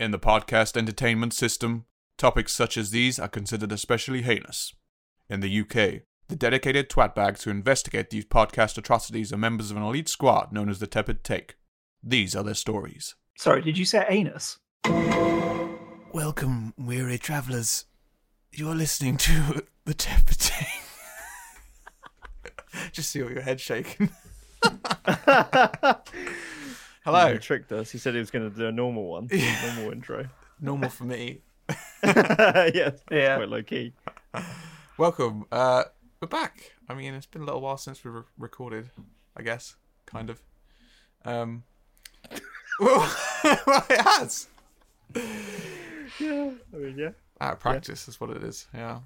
In the podcast entertainment system, topics such as these are considered especially heinous. In the UK, the dedicated twatbags who investigate these podcast atrocities are members of an elite squad known as the Tepid Take. These are their stories. Sorry, did you say anus? Welcome, weary travelers. You're listening to the Tepid Just see all your head shaking. He Hello. tricked us. He said he was going to do a normal one, normal intro. Normal for me. yeah, Yeah. Quite low key. Welcome. Uh, we're back. I mean, it's been a little while since we re- recorded, I guess, kind of. Um, well, it has. Yeah, I mean, yeah. Out of practice is what it is. Yeah.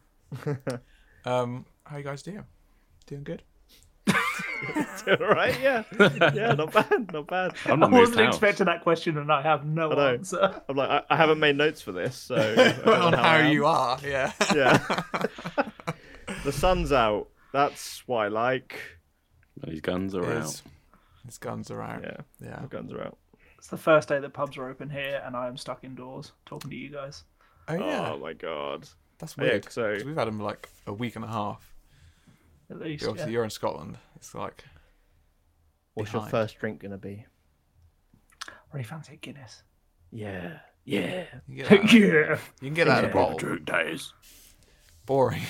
um, how you guys doing? Doing good. All right, yeah. Yeah, not bad, not bad. I'm I not moved wasn't house. expecting that question and I have no I know. answer. I'm like, I, I haven't made notes for this, so. I don't know on I how am. you are. Yeah. Yeah. the sun's out. That's what I like. These guns are His, out. his guns are out. Yeah, Yeah. the guns are out. It's the first day that pubs are open here and I am stuck indoors talking to you guys. Oh yeah. Oh my god. That's yeah, weird. so- 'cause we've had him like a week and a half. At least. You're, obviously yeah. you're in Scotland. It's like What's Behind. your first drink going to be? Really fancy a Guinness. Yeah, yeah. you can get out, yeah. you can get out of the bottle. days. Boring.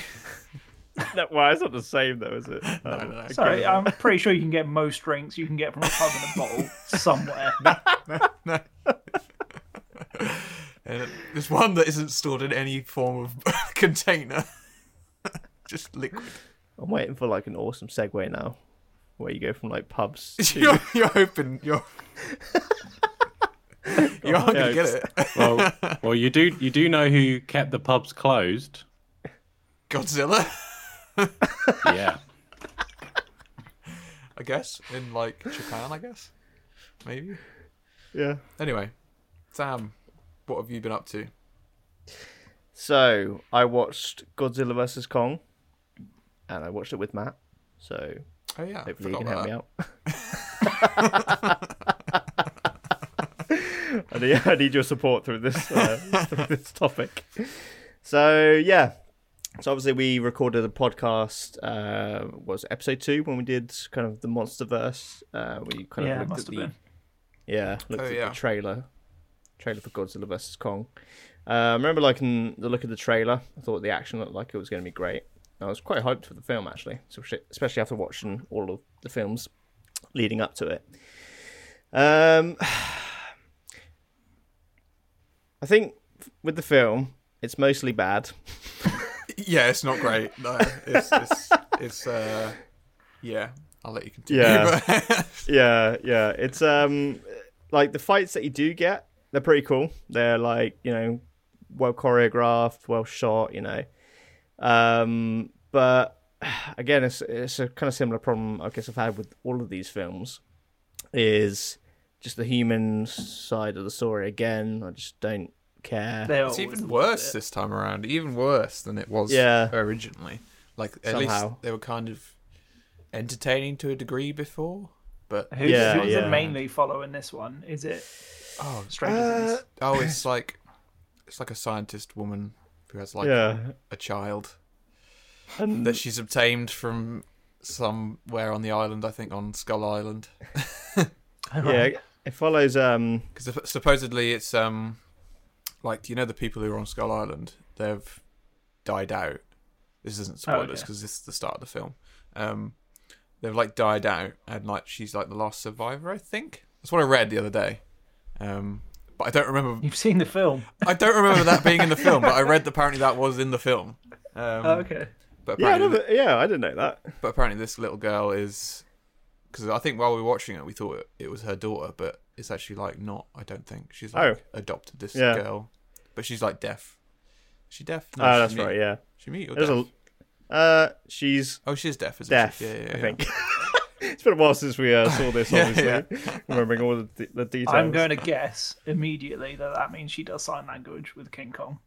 No, well, it's not the same though, is it? I don't Um, know. Sorry, I'm pretty sure you can get most drinks you can get from a pub in a bottle somewhere. no. and there's one that isn't stored in any form of container. Just liquid. I'm waiting for like an awesome segue now, where you go from like pubs to You're, you're hoping you're. you aren't gonna Yeah, get it. Well, well, you do you do know who kept the pubs closed? Godzilla, Yeah, I guess, in like Japan, I guess, maybe. yeah. Anyway, Sam, what have you been up to? So I watched Godzilla vs Kong, and I watched it with Matt. So Oh yeah, hopefully forgot he can about help me that. out. I, need, I need your support through this uh, through this topic. So yeah, so obviously we recorded a podcast. Uh, what was it, episode two when we did kind of the MonsterVerse? Uh, we kind yeah, of it looked must at have the been. yeah, looked Oh, at yeah. the trailer. Trailer for Godzilla vs. Kong. Uh, I remember liking the look of the trailer. I thought the action looked like it was going to be great. I was quite hyped for the film, actually, so shi- especially after watching all of the films leading up to it. Um, I think with the film, it's mostly bad. Yeah, it's not great. No, it's it's, it's uh, yeah. I'll let you continue. Yeah. but- yeah, yeah. It's um like the fights that you do get, they're pretty cool. They're like, you know, well choreographed, well shot, you know. Um but again, it's it's a kind of similar problem I guess I've had with all of these films is just the human side of the story again. I just don't care. They It's always even look worse it. this time around. Even worse than it was Yeah. originally. Like at Somehow. least they were kind of entertaining to a degree before. But Who's, Yeah, who's yeah. it mainly following this one? Is it oh, Stranger Uh, Things? oh, it's like it's like a scientist woman who has like yeah. a child And that she's obtained from somewhere on the island. I think on Skull Island yeah, it follows um because supposedly it's um like you know the people who are on Skull Island they've died out. This Oh, isn't spoilers okay. because this is the start of the film. Um, they've like died out, and like she's like the last survivor, I think. That's what I read the other day. Um, but I don't remember. You've seen the film. I don't remember that being in the film. But I read that apparently that was in the film. Mm. Um, Oh, okay. But yeah, I apparently, never, yeah, I didn't know that. but apparently this little girl is because I think while we were watching it, we thought it, it was her daughter, but it's actually like not. I don't think she's like adopted this Oh. Yeah. girl, but she's like deaf. Is she deaf? No, oh, she's that's mute. right. Yeah, She mute or there's deaf? a uh, she's Oh, she's deaf. Isn't deaf. She? Yeah, yeah, yeah. I think it's been a while since we uh, saw this. Yeah, Obviously, remembering all the, de- the details. I'm going to guess immediately that that means she does sign language with King Kong.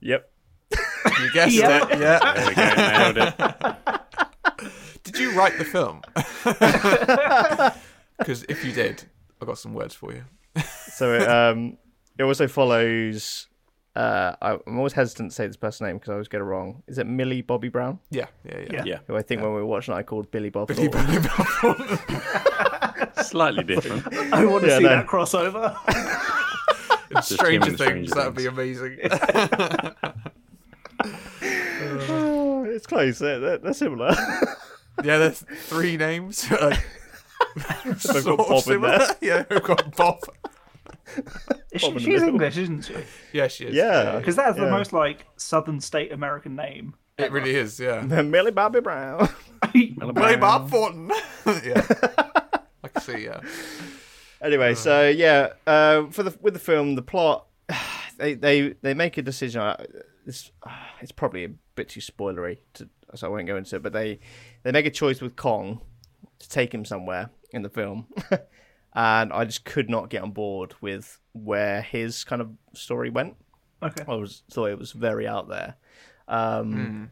Yep. You guessed Yeah. it. Yeah. there we go, nailed it. Did you write the film? Because if you did, I got some words for you. So it, um, It also follows. Uh, I- I'm always hesitant to say this person's name because I always get it wrong. Is it Millie Bobby Brown? Yeah, yeah, yeah. Yeah. Yeah. Who I think when we were watching, I called Billy Bob. Oh, Billy Thornton. Bobby Brown. Slightly different. I want to Yeah, see no. that crossover. It's just him Stranger in Things. That'd be amazing. Oh, it's close. They're, they're, they're similar. yeah, there's three names. like, They've sort got of Bob in similar. there. Yeah, we've got Bob. She- Bob in the she's middle. English, isn't she? Yeah, she is. Yeah. Because that is the Yeah. most like Southern state American name. it really is. Yeah, Millie Bobby Brown. Billy Bob Thornton. yeah, I can see. Yeah, anyway, so yeah, uh, for the with the film, the plot, they they, they make a decision. uh, It's it's probably a bit too spoilery, to, so I won't go into it. But they they make a choice with Kong to take him somewhere in the film, and I just could not get on board with where his kind of story went. Okay. I was thought it was very out there, um,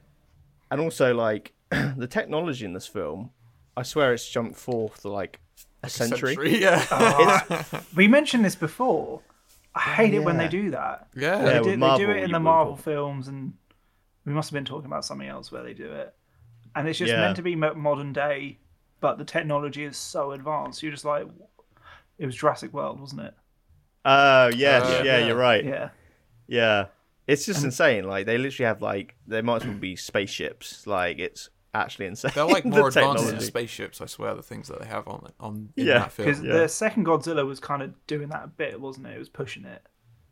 and also like the technology in this film. I swear it's jumped forth like a century. Oh, Century, Yeah, We mentioned this before. I hate it when they yeah. do that. yeah. Yeah. They, do, with they do Marvel, it in you the would- Marvel films, and we must have been talking about something else where they do it. And it's just Yeah. meant to be mo- modern day, but the technology is so advanced. You're just like, it was Jurassic World, wasn't it? Oh yes, Uh, yeah, yeah. you're right. Yeah. Yeah. it's just insane. Like they literally have like they might as well be spaceships. Like it's actually insane. They're like the more advanced than technology. spaceships. I swear, the things that they have on on in Yeah. that Because film. the second Godzilla was kind of doing that a bit, wasn't it? It was pushing it.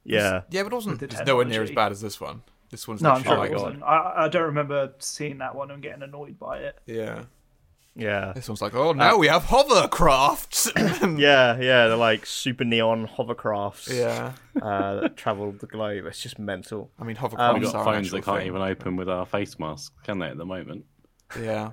Yeah, Yeah, but it wasn't With the it's nowhere near as technology. bad as this one. This one's No, I'm literally like, sure Oh it wasn't. I, I don't remember seeing that one and getting annoyed by it. yeah. yeah, This one's like, Uh, oh, now we have hovercrafts. yeah, yeah. They're like super neon hovercrafts. yeah, uh, that travel the globe. It's just mental. I mean hovercrafts We've got are an phones that actual can't thing. even open with our face masks, can they, at the moment? Yeah,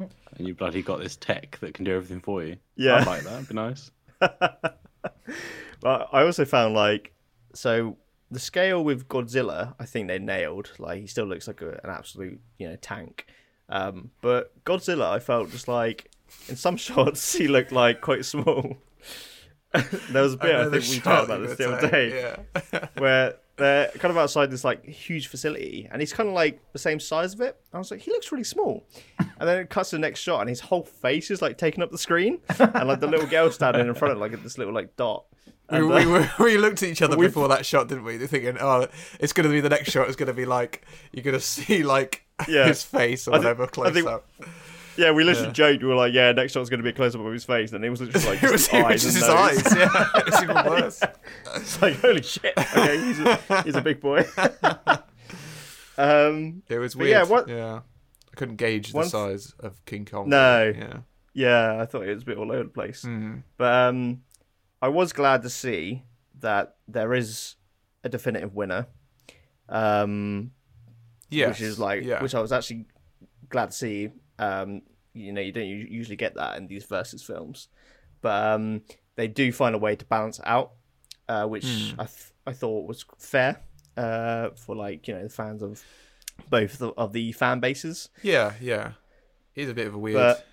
And you bloody got this tech that can do everything for you. Yeah. I'd like that. It'd be nice. But I also found like so the scale with Godzilla, I think they nailed. Like he still looks like a, an absolute you know tank. Um, but Godzilla, I felt just like in some shots he looked like quite small. there was a bit I, know the think we shot talked about you this were the other saying, day Yeah, where they're kind of outside this like huge facility and he's kind of like the same size of it. I was like, he looks really small. And then it cuts to the next shot and his whole face is like taking up the screen and like the little girl standing in front of like this little like dot. we, And, uh, we, were, we looked at each other before that shot, didn't we? Thinking, oh, it's going to be the next shot. It's going to be like you're going to see like Yeah. his face or I thi- whatever I close think- up. Yeah, we literally joked. We were like, "Yeah, next shot's going to be a close up of his face," and it was just like It was just his eyes. just his and nose. eyes. Yeah, it's even worse. It's like, holy shit! Okay, he's a, he's a big boy. um, It was But weird. yeah, Yeah, what- I couldn't gauge the Once- size of King Kong. No. Yeah. yeah, I thought it was a bit all over the place, Hmm. but um, I was glad to see that there is a definitive winner, um, Yes. which is like, yeah. which I was actually glad to see. Um, you know, you don't u- usually get that in these versus films, but um, they do find a way to balance out, uh, which Hmm. I th- I thought was fair uh, for like you know the fans of both the, of the fan bases. Yeah, yeah. It is a bit of a weird. But-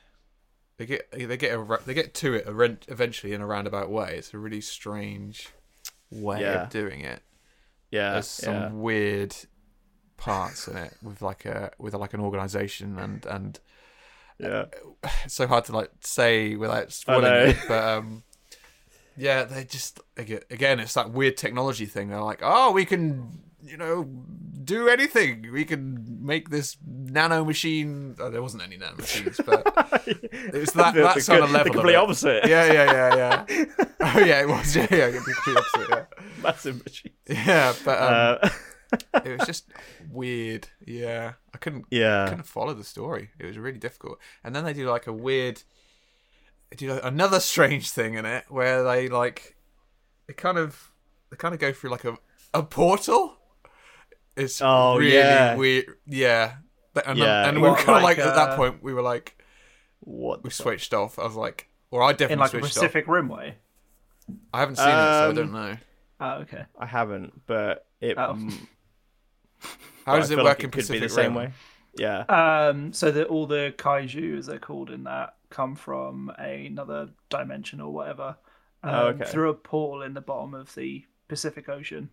They get they get a, ra- they get to it a rent, eventually in a roundabout way. It's a really strange way Yeah. of doing it. Yeah, There's some Uh, yeah. weird parts in it with like a with like an organization and and yeah. it's so hard to like say without spoiling know. it. But um, yeah, they just aga- again, it's that weird technology thing. They're like, oh, we can, you know, do anything. We can make this nano machine. Oh, there wasn't any nano machines, but it was that The- the that sort co- of the level. complete of it. opposite. Yeah, yeah, yeah, yeah. oh yeah, it was. Yeah, yeah, the complete opposite. Massive machine. Yeah, yeah but um, Uh, it was just weird. Yeah, I couldn't yeah, couldn't follow the story. It was really difficult. And then they do like a weird, they do like another strange thing in it where they like, they kind of, they kind of go through like a a portal. It's Oh, really yeah. weird. Yeah. But- And, Yeah. and we were What, kind of like, like, at that uh, point we were like what? we The fuck? switched off. I was like, or I definitely In like a switched Pacific Rim way. off. I haven't seen it, so I Um, don't know. Oh, okay. I haven't, but it. Oh. How does I it feel work like in it could Pacific be the Rim? same way. Yeah. Um, so that all the kaiju, as they're called in that, come from another dimension or whatever um, Oh, okay. through a portal in the bottom of the Pacific Ocean.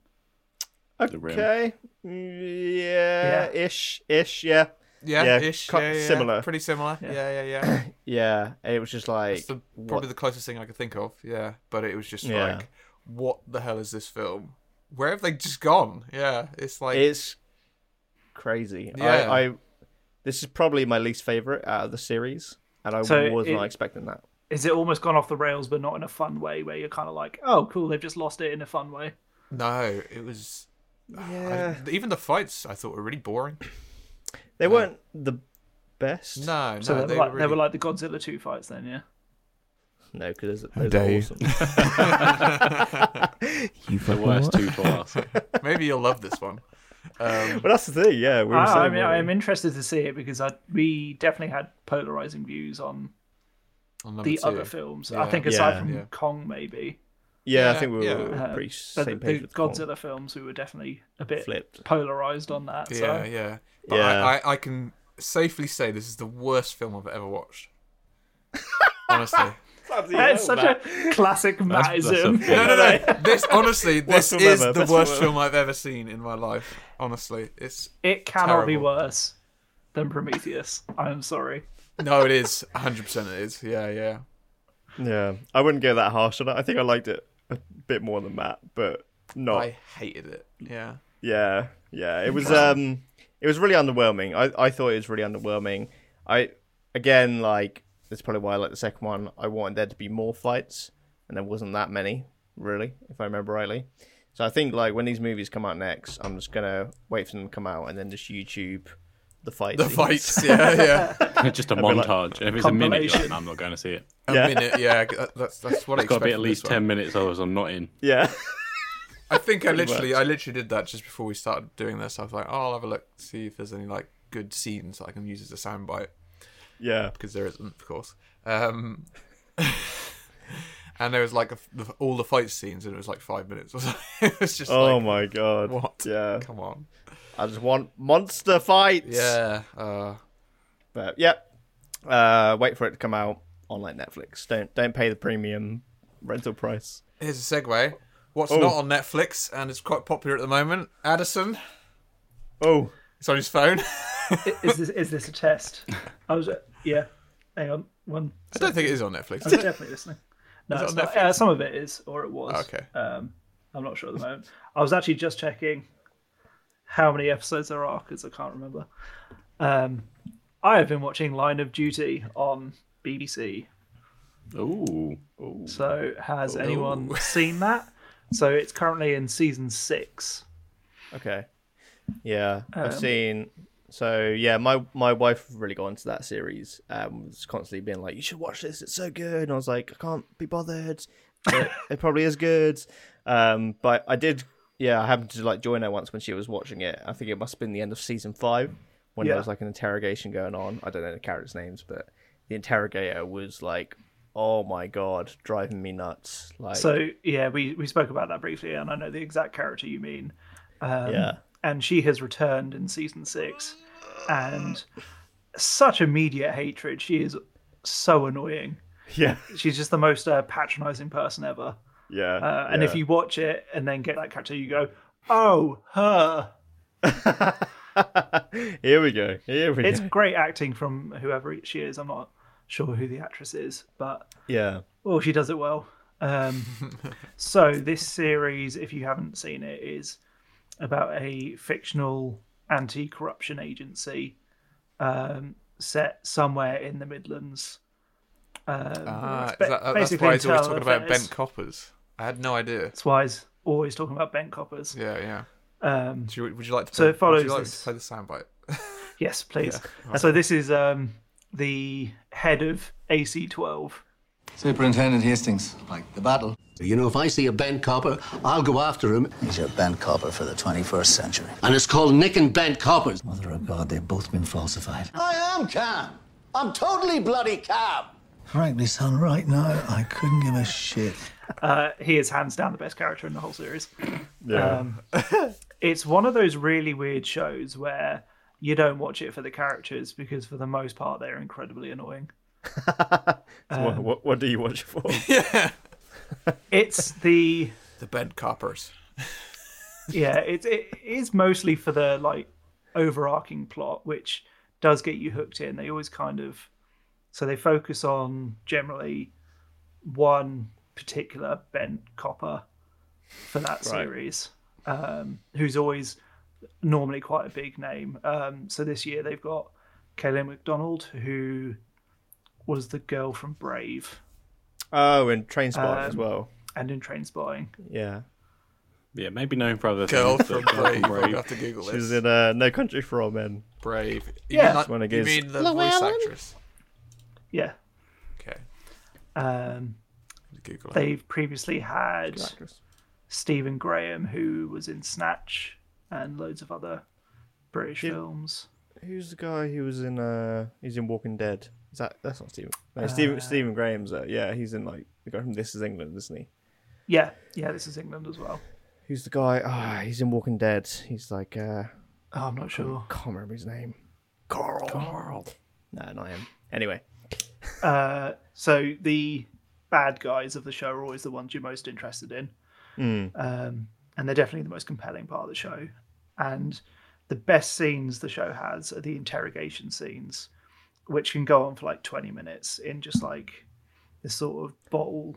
The rim. Okay. Yeah, Yeah. ish, ish, yeah, Yeah, Yeah, ish. co- yeah, yeah, similar. Pretty similar. Yeah, yeah, Yeah. yeah. yeah. And it was just like It's the, what- probably the closest thing I could think of. Yeah, but it was just Yeah. like, what the hell is this film? Where have they just gone? Yeah, it's like it's crazy. Yeah. I, I this is probably my least favorite out of the series, and I So was not it- expecting that. Is it almost gone off the rails, but not in a fun way, where you're kind of like, oh, cool, they've just lost it in a fun way. no, it was. I- Yeah, even the fights I thought were really boring. they weren't the best. No, no, So they, they, were like, were they really- were like the Godzilla two fights, then, yeah. no, because dare you. those are awesome. The worst two for us. maybe you'll love this one. Um, but that's the thing. Yeah, we were Ah, I, I saying, mean, weren't I am we? interested to see it because I, we definitely had polarizing views on on number the two. other films. I Yeah. think aside Yeah. from Yeah. Kong, maybe, yeah, yeah, I think we were yeah. pretty but same Uh, the page with Paul. Godzilla films, we were definitely a bit flipped. polarized on that. So. Yeah, yeah. But Yeah. I, I, I can safely say this is the worst film I've ever watched. Honestly. That's such a classic Mattism. that's a- No, no, no. This honestly, this Worst film is ever, the best worst film film I've ever seen in my life. Honestly, it's It cannot be Terrible. worse than Prometheus. I'm sorry. no, it is 100. percent It is. Yeah, yeah. Yeah, I wouldn't go that harsh on it. I think I liked it a bit more than Matt, but not. I hated it. Yeah. Yeah, yeah. It was um, it was really underwhelming. I I thought it was really underwhelming. I again like that's probably why I like the second one. I wanted there to be more fights, and there wasn't that many really, if I remember rightly. So I think like when these movies come out next, I'm just gonna wait for them to come out and then just YouTube the fights. The fights. Yeah, yeah. Just a montage. if it's a minute, you're like, "No, I'm not going to see it. A Yeah. minute. Yeah. uh, That's that's what I It's got expected to be at least this one. ten minutes, otherwise I'm not in. Yeah, I think I literally, I literally did that just before we started doing this. I was like, oh, I'll have a look, see if there's any like good scenes that I can use as a soundbite. yeah, because there isn't, of course. Um, and there was like a, the, all the fight scenes, and it was like five minutes. Or something. it was just Oh like, my god. what? Yeah, come on, I just want monster fights. yeah, uh, But yep. Uh, wait for it to come out on like Netflix. Don't don't pay the premium rental price. here's a segue. What's Oh. not on Netflix and it's quite popular at the moment? Addison. Oh, It's on his phone. I- Is this is this a test? I was yeah. Hang on, one. I don't think it is on Netflix. I'm Is it? definitely listening. No, it it's on not. Netflix? Uh, some of it is, or it was. Okay. Um, I'm not sure at the moment. I was actually just checking how many episodes there are because I can't remember. Um, I have been watching Line of Duty on BBC. Ooh, So has anyone seen that? So it's currently in season six. okay. Yeah, Um, I've seen. So yeah, my my wife really got into that series. Um, was constantly being like, "You should watch this. It's so good." And I was like, "I can't be bothered. It, it probably is good." Um, but I did. Yeah, I happened to like join her once when she was watching it. I think it must have been the end of season five when Yeah. there was like an interrogation going on. I don't know the characters' names, but the interrogator was like, "Oh my god, driving me nuts!" Like, So yeah, we we spoke about that briefly, and I know the exact character you mean. Um, yeah, and she has returned in season six, and such immediate hatred. She is so annoying. yeah, She's just the most uh, patronizing person ever. yeah. Uh, and if you watch it and then get that character, you go, "Oh, her!" Here we go. Here we It's go. great acting from whoever she is. I'm not sure who the actress is, but Yeah. Oh, she does it well. Um, so this series, if you haven't seen it, is about a fictional anti-corruption agency um, set somewhere in the Midlands. Um, Ah, it's is ba- that- that's basically why he's always internal talking about affairs. bent coppers. I had no idea. That's why he's always talking about bent coppers. Yeah, yeah. Um, Do you, would you like to? Play, So it follows Would you like this- to play the soundbite? yes, please. So this is um, the head of AC12. Superintendent Hastings, like the battle. You know, if I see a bent copper, I'll go after him. He's a bent copper for the 21st century. And it's called nicking bent coppers. Mother of God, they've both been falsified. I am calm. I'm totally bloody calm. Frankly, son, right now, I couldn't give a shit. Uh, he is hands down the best character in the whole series. Um, it's one of those really weird shows where you don't watch it for the characters because, for the most part, they're incredibly annoying. what, what, what do you watch it for? It's the The bent coppers. yeah, it, it is mostly for the like overarching plot, which does get you hooked in. They always kind of so they focus on generally one particular bent copper for that series, um, who's always normally quite a big name. Um, so this year they've got Kaylin McDonald, who was the girl from Brave Oh, and train spot as Um, well. and in Train Spying. Yeah, Yeah, maybe known for other Girl things. from but Brave. I have to Google she was this. in uh, No Country for Old Men. Brave. You Yeah. mean One Not, of you his- mean the voice actress? Yeah. Okay. Um, Google it. they've previously had Stephen Graham, who was in Snatch and loads of other British films. Who's the guy who was in? Uh, he's in Walking Dead. Is that that's not Stephen? No, Stephen Stephen Graham's. Uh, yeah, he's in like the guy from This Is England, isn't he? Yeah, yeah, this is England as well. Who's the guy? Ah, he's in Walking Dead. He's like uh, Oh, I'm not sure. can't remember his name. Carl. Carl. No, not him. Anyway, Uh, so the bad guys of the show are always the ones you're most interested in, um, and they're definitely the most compelling part of the show. And the best scenes the show has are the interrogation scenes, which can go on for like 20 minutes in just like this sort of bottle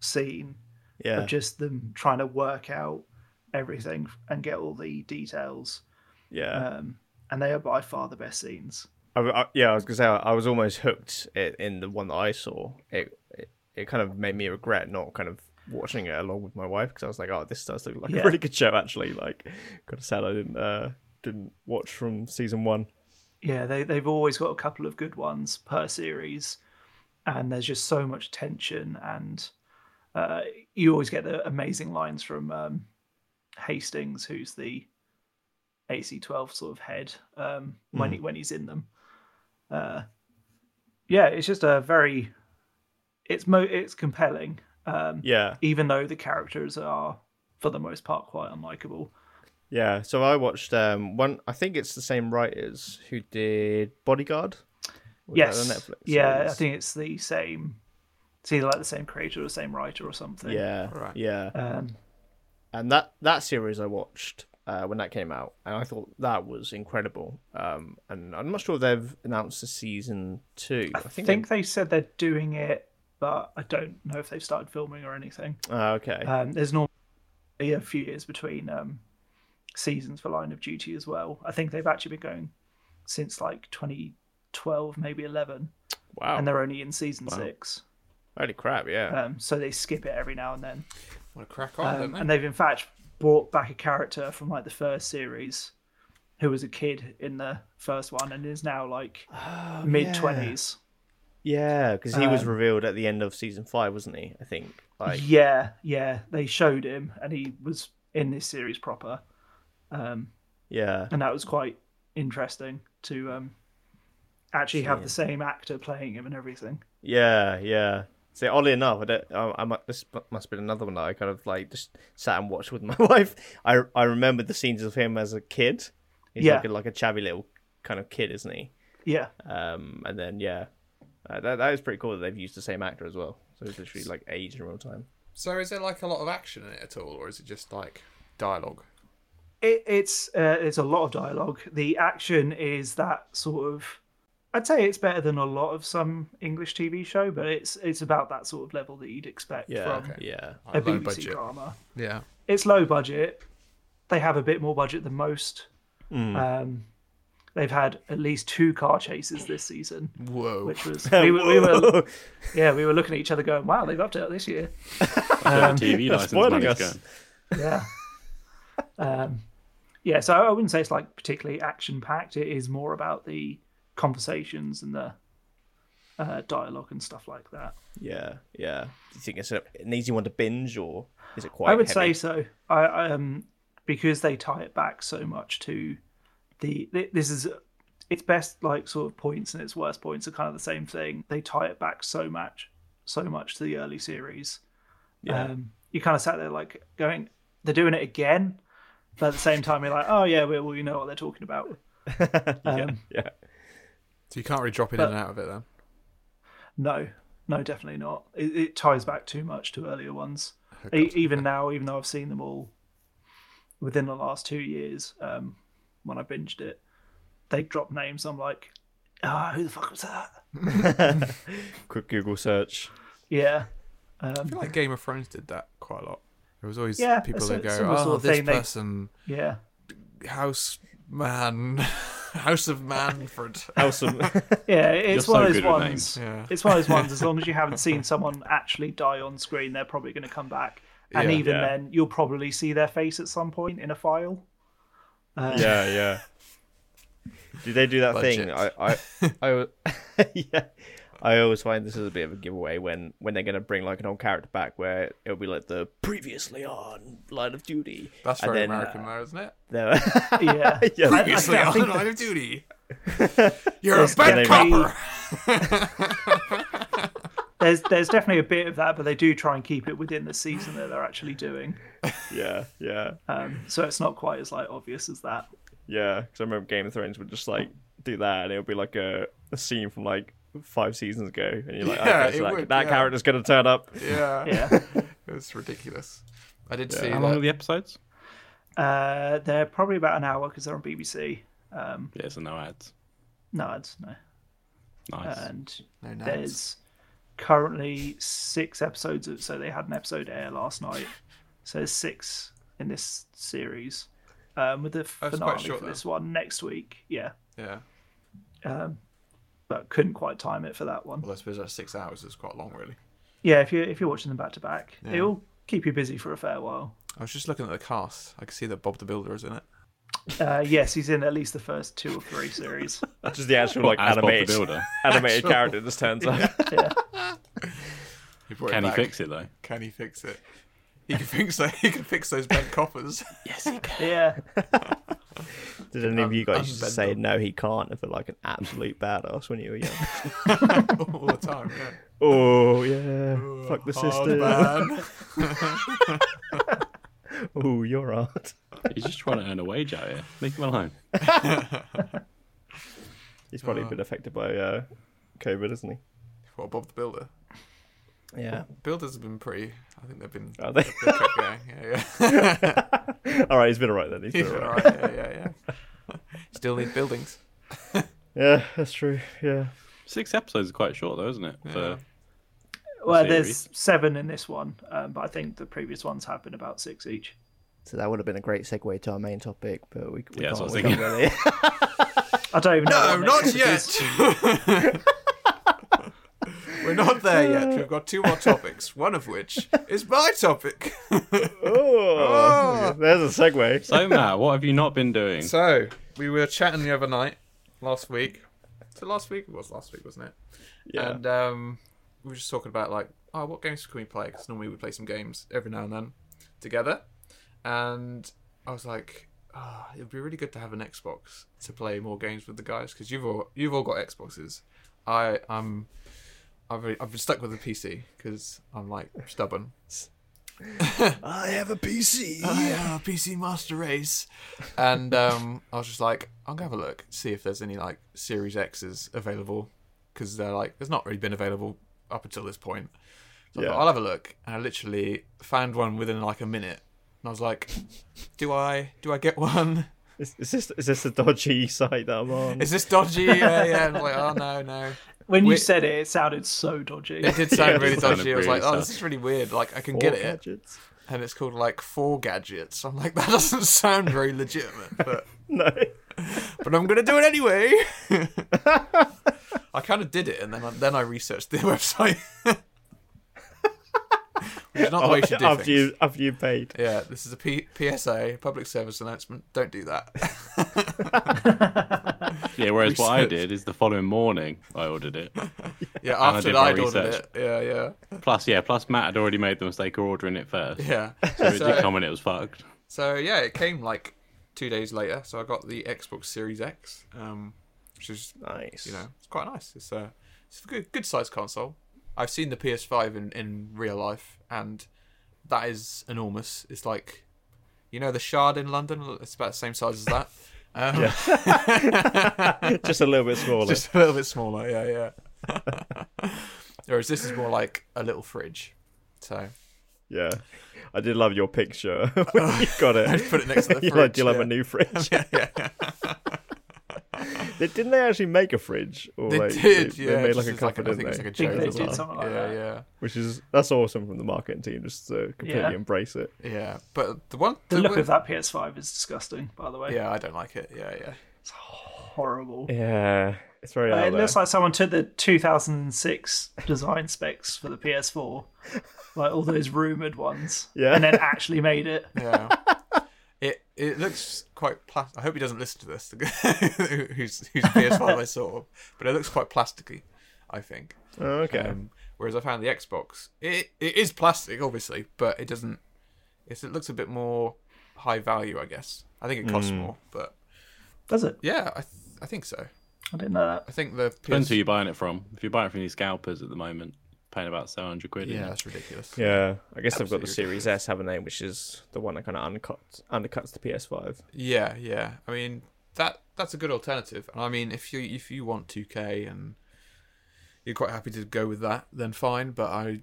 scene yeah, of just them trying to work out everything and get all the details. yeah. Um, and they are by far the best scenes. I, I- yeah, I was gonna say I, I was almost hooked i- in the one that I saw. It, it it kind of made me regret not kind of watching it along with my wife because I was like, oh, this does look like Yeah. a really good show actually. Like, gotta sad I didn't uh, didn't watch from season one. Yeah, they they've always got a couple of good ones per series, and there's just so much tension, and uh, you always get the amazing lines from um, Hastings, who's the AC12 sort of head um, when he, when he's in them. Uh, yeah, it's just a very it's mo it's compelling, um, Yeah, even though the characters are for the most part quite unlikable. yeah. So I watched um one. I think it's the same writers who did Bodyguard. Was that yes, the Netflix yeah, I series? think it's the same. It's either like the same creator or same writer or something. Yeah, Right. yeah. Um, and that that series I watched uh, when that came out, and I thought that was incredible. Um, and I'm not sure if they've announced a season two. I I think. think they said they're doing it, but I don't know if they've started filming or anything. they- Ah, okay. Um, there's normally a few years between um, seasons for Line of Duty as well. I think they've actually been going since like 2012, maybe 11, wow. and they're only in season six. Holy crap! Yeah. Um, so they skip it every now and then. Want to crack on, Um, don't and they? they've in fact brought back a character from like the first series who was a kid in the first one and is now like mid 20s. yeah, because he um, was revealed at the end of season five, wasn't he? I think. Like. Yeah, yeah. They showed him, and he was in this series proper, Yeah. and that was quite interesting to um, actually have the same actor playing him and everything. Yeah. Yeah. So oddly enough, I don't. I, I mu- this mu- must have been another one that I kind of like just sat and watched with my wife. I I remembered the scenes of him as a kid. He's Yeah. like a, like a chavvy little kind of kid, isn't he? Yeah, Um, and then yeah, uh, that that is pretty cool that they've used the same actor as well. So it's literally like aged in real time. So is there like a lot of action in it at all, or is it just like dialogue? it, it's uh, it's a lot of dialogue. The action is that sort of. I'd say it's better than a lot of some English TV show, but it's it's about that sort of level that you'd expect from yeah, a Like low BBC budget. drama. Yeah. it's low budget. They have a bit more budget than most. Um, they've had at least two car chases this season, Whoa. which was we were, we were yeah we were looking at each other going, "Wow, they've upped it this year." Um, TV license spoiling money's us. going. Yeah, um, yeah. So I wouldn't say it's like particularly action packed. It is more about the conversations and the uh, dialogue and stuff like that. yeah, yeah. Do you think it's a, an easy one to binge, or is it quite? I would say heavy? so. I- I um because they tie it back so much to the thi- this is its best like sort of points and its worst points are kind of the same thing. They tie it back so much, so much to the early series. Um, you kind of sat there like going, they're doing it again, but at the same time you're like, oh yeah, well we know what they're talking about. um, yeah, So you can't really drop in and out of it then. No, no, definitely not. It, it ties back too much to earlier ones. E- even now, even though I've seen them all within the last two years, um, when I binged it, they dropped names. I'm like, ah, who the fuck was that? Quick Google search. Yeah, I feel like Game of Thrones did that quite a lot. There was always um, Yeah, people it's that a go, similar "Oh, sort of this thing, they- person, yeah. house man, house of Manfred." Oh, Awesome. Yeah, it's You're one so of those good with ones. names. Yeah. It's one of those ones. As long as you haven't seen someone actually die on screen, they're probably going to come back, and Yeah. even Yeah. then, you'll probably see their face at some point in a file. yeah, yeah. Do they do that thing? I, Budget. I, I, al- yeah. I always find this is a bit of a giveaway when when they're gonna bring like an old character back, where it'll be like the previously on Line of Duty. That's and very then, American, though, isn't it? no. Yeah, yeah, I- I- Previously I on think- Line of Duty. You're a they bad make- copper. there's there's definitely a bit of that, but they do try and keep it within the season that they're actually doing, yeah, yeah, um, so it's not quite as like obvious as that. yeah. Because I remember Game of Thrones would just like do that, and it'll be like a, a scene from like five seasons ago, and you're like, Yeah, okay, it so that, would, that yeah. character's gonna turn up. Yeah. Yeah, it was ridiculous. I did see How long are that. the episodes? uh, they're probably about an hour because they're on BBC. Um, Yeah, so no ads. no, it's no, Nice. and No names. there's currently six episodes of, so they had an episode air last night so there's six in this series um, with the quite finale short for then. this one next week yeah Yeah. but couldn't quite time it for that one Well, I suppose that's six hours is quite long, really. yeah if you're if you're watching them back to back it'll keep you busy for a fair while I was just looking at the cast. I could see that Bob the Builder is in it. uh, yes he's in at least the first two or three series Just the actual Well, like as Bob the animated Builder. animated character just turns up. He brought it Can he back. fix it though? Can he fix it? He can fix that. He can fix those bent coppers. yeah Did any of you guys used to say unbendable. no, he can't? I feel like an absolute badass when you were young. all the time. Yeah. oh yeah, fuck the system. Oh, your art. He's just trying to earn a wage out here. Leave him alone. He's probably been affected by uh, COVID, isn't he? Well, Bob the Builder. Yeah. Builders have been pretty. I think they've been. Uh. Are they? they're quite- yeah, yeah, yeah. all right, he's been all right then. He's been all All right. right, yeah, yeah, yeah. Still need buildings. Yeah, that's true. Yeah. Six episodes is quite short though, isn't it? For- well series. there's seven in this one um, but i think the previous ones have been about six each So that would have been a great segue to our main topic, but we, we Yeah, that's can't. what We I was can't really. i don't even know No, what next not week is. yet. We're not there yet. We've got two more topics, one of which is my topic. oh, there's a segue. So Matt, what have you not been doing? so, we were chatting the other night, last week. So, last week? It was last week, wasn't it? Yeah. And um, we were just talking about, like, oh, what games can we play? Because normally we play some games every now and then together. And I was like, oh, it'd be really good to have an Xbox to play more games with the guys because you've all you've all got Xboxes. I I'm I've re- I've been stuck with a PC because I'm like stubborn. I have a PC. Yeah, PC Master Race. And um, I was just like, I'm gonna have a look, see if there's any like Series X's available, because they're like, there's not really been available up until this point. So I Yeah. thought, I'll have a look, and I literally found one within like a minute, and I was like, do I do I get one? Is, is this is this the dodgy site that I'm on? Is this dodgy? yeah, yeah. And I was like, oh no, no. When you Wait. said it, it sounded so dodgy. It did sound really it sounded dodgy. I was really like, oh, this sus. is really weird. Like, I can Or get it. gadgets? And it's called like Four Gadgets. I'm like, that doesn't sound very legitimate, but No. but I'm gonna do it anyway. I kind of did it, and then I, then I researched the website. Which is not the way you should do after things. you after you paid. Yeah, this is a P- PSA, public service announcement. Don't do that. Yeah, whereas what I Research. did is the following morning I ordered it. Yeah, I after did I my would ordered research. it. Yeah, yeah, Plus, yeah, plus Matt had already made the mistake of ordering it first. yeah. So it So- did come and it was fucked. So yeah, it came like two days later. So I got the Xbox Series X, um, which is Nice. you know, it's quite nice. It's a it's a good good sized console. I've seen the PS5 in in real life, and that is enormous. It's like, you know, the Shard in London. It's about the same size as that. Um, just a little bit smaller. Just a little bit smaller. Yeah, yeah. Whereas this is more like a little fridge. So Yeah. I did love your picture when you got it. Oh, I put it next to the You're like, fridge, you'll have a yeah. new fridge. They- Didn't they actually make a fridge? Or They like, did, They, yeah. they made it's like a just cover, I think didn't it's they? like a think joke they as did well. something like yeah, that. yeah, Which is that's awesome from the marketing team, just to completely Yeah. embrace it. yeah. But the one, The look of that PS5 is disgusting, by the way. Yeah, I don't like it. Yeah, yeah. Horrible. Yeah, it's very. Uh, out it there. looks like someone took the 2006 design specs for the PS4, like all those rumored ones, Yeah. and then actually made it. Yeah. It, it looks quite plastic. I hope he doesn't listen to this. who's who's PS5 I saw, but it looks quite plasticky. I think. Oh, okay. Um, whereas I found the Xbox, it it is plastic, obviously, but it doesn't. It's, it looks a bit more high value, I guess. I think it costs more, but Does it? yeah, I th- I think so. I didn't know that. I think the Depends who PS- you're buying it from. If you're buying it from these scalpers at the moment, paying about 700 quid. yeah, Yeah. that's ridiculous. yeah, I guess they've got the Absolutely Series S, haven't they? Which is the one that kind of undercuts undercuts the PS5. Yeah, yeah. I mean that that's a good alternative. And I mean if you if you want 2K and you're quite happy to go with that, then fine. But I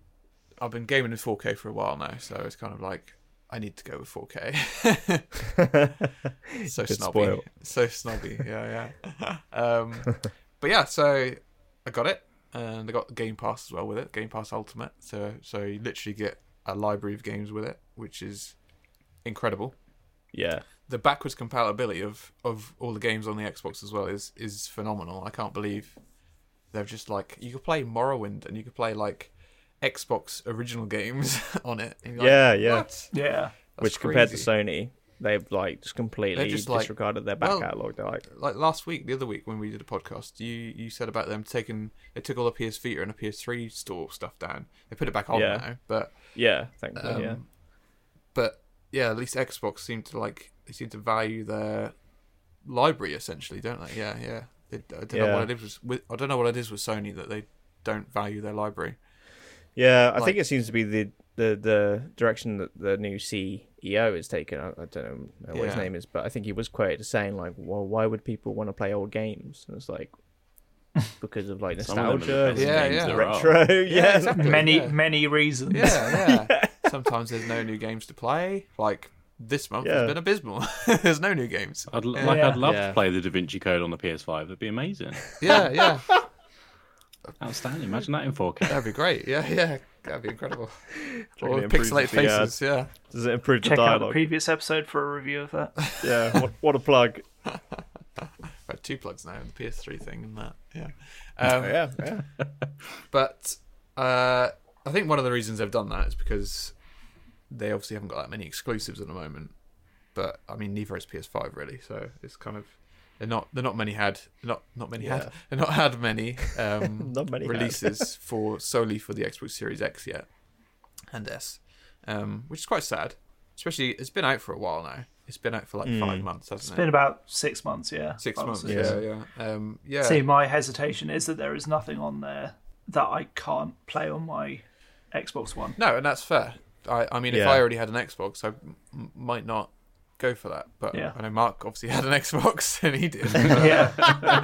I've been gaming in 4K for a while now, so it's kind of like I need to go with 4K. so Bit snobby, spoiled. so snobby. Yeah, yeah. um, but yeah, so I got it, and I got the Game Pass as well with it, Game Pass Ultimate. So so you literally get a library of games with it, which is incredible Yeah, the backwards compatibility of of all the games on the Xbox as well is is phenomenal. I can't believe they've just like you could play Morrowind and you could play like Xbox original games on it. And you're like, Yeah, yeah. "What?" That's Yeah. which compared to crazy. Sony, they've like just completely just like, disregarded their back well, catalog. They're like, like last week, the other week when we did a podcast, you you said about them taking they took all the PS Vita and the PS3 store stuff down. They put it back on Yeah. now, but yeah, thankfully, Um, yeah. but yeah, at least Xbox seem to like they seem to value their library essentially, don't they? Yeah, yeah. They, I don't know Yeah. what it is with- with I don't know what it is with Sony that they don't value their library. Yeah, I like- think it seems to be the, the the direction that the new CEO is taking. I, I don't know what Yeah. his name is, but I think he was quoted as saying like, "Well, why would people want to play old games?" And it's like because of like Some of them nostalgia, are the and best Yeah, games yeah. there are. retro. Yeah, exactly. Many, Yeah, many reasons. yeah. yeah. Sometimes there's no new games to play. Like this month Yeah. has been abysmal. there's no new games. I'd, l- like, Yeah. I'd love Yeah. to play the Da Vinci Code on the PS5. That'd be amazing. Yeah, yeah. Outstanding. Imagine that in 4K. That'd be great. Yeah, yeah. That'd be incredible. All it improves pixelated the, uh, faces. Yeah. Does it improve Check the out the dialogue? previous episode for a review of that. yeah, what, what a plug. I've had two plugs now. The PS3 thing and that. Yeah. Um, Yeah, yeah, But uh, I think one of the reasons they've done that is because they obviously haven't got that many exclusives at the moment. But I mean, neither has PS5 really, so it's kind of they're not they're not many had not not many had they're not had many um, Not many had. releases for solely for the Xbox Series X yet and S, um, which is quite sad. Especially it's been out for a while now. It's been out for like Hmm. five months, hasn't It's it? been about six months, yeah. Six Five or months. six. Yeah, yeah, um, yeah. See, my hesitation is that there is nothing on there that I can't play on my Xbox One. No, and that's fair. I, I mean, if Yeah. I already had an Xbox, I m- might not go for that. But Yeah. I know Mark obviously had an Xbox, and he did. yeah.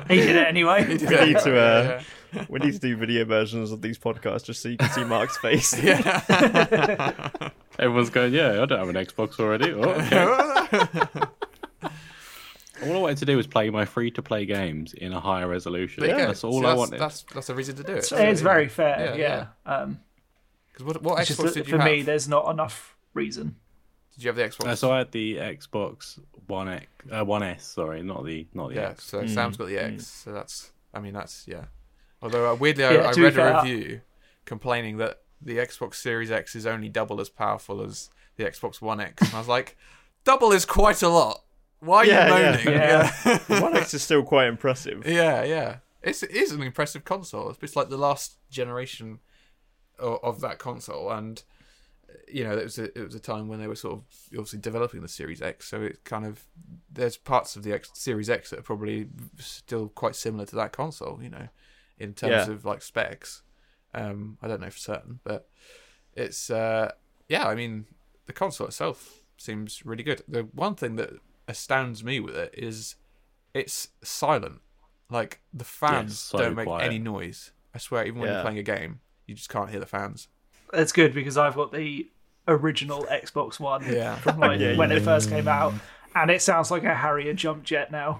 he did it anyway. We need to uh, we need to do video versions of these podcasts just so you can see Mark's face. yeah, Everyone's going, yeah, I don't have an Xbox already. Oh, okay. all I wanted to do was play my free to play games in a higher resolution. There you go. That's all See, I that's, wanted. That's that's a reason to do it. So it's very fair, Yeah, yeah. Um, Because what, what it's just Xbox that did you for have? me, there's not enough reason. Did you have the Xbox? Uh, so I had the Xbox One X, uh, One S. Sorry, not the not the yeah. X. So Sam's got the X. So that's. I mean, that's yeah. Although uh, weirdly, I, Yeah, I to be read fair, a I- review complaining that the Xbox Series X is only double as powerful as the Xbox One X, and I was like, double is quite a lot. Why are Yeah, you yeah. moaning? Yeah. One X is still quite impressive. Yeah, yeah. It's, it is an impressive console. It's, it's like the last generation of, of that console, and you know it was a, it was a time when they were sort of obviously developing the Series X. So it kind of there's parts of the X, Series X that are probably still quite similar to that console. You know, in terms Yeah. of like specs. Um, I don't know for certain, but it's uh, yeah. I mean, the console itself seems really good. The one thing that astounds me with it is it's silent. Like the fans so don't make quiet. any noise. I swear, even when Yeah. you're playing a game, you just can't hear the fans. That's good because I've got the original Xbox One Yeah. from like Yeah, when it first came out, and it sounds like a Harrier jump jet now.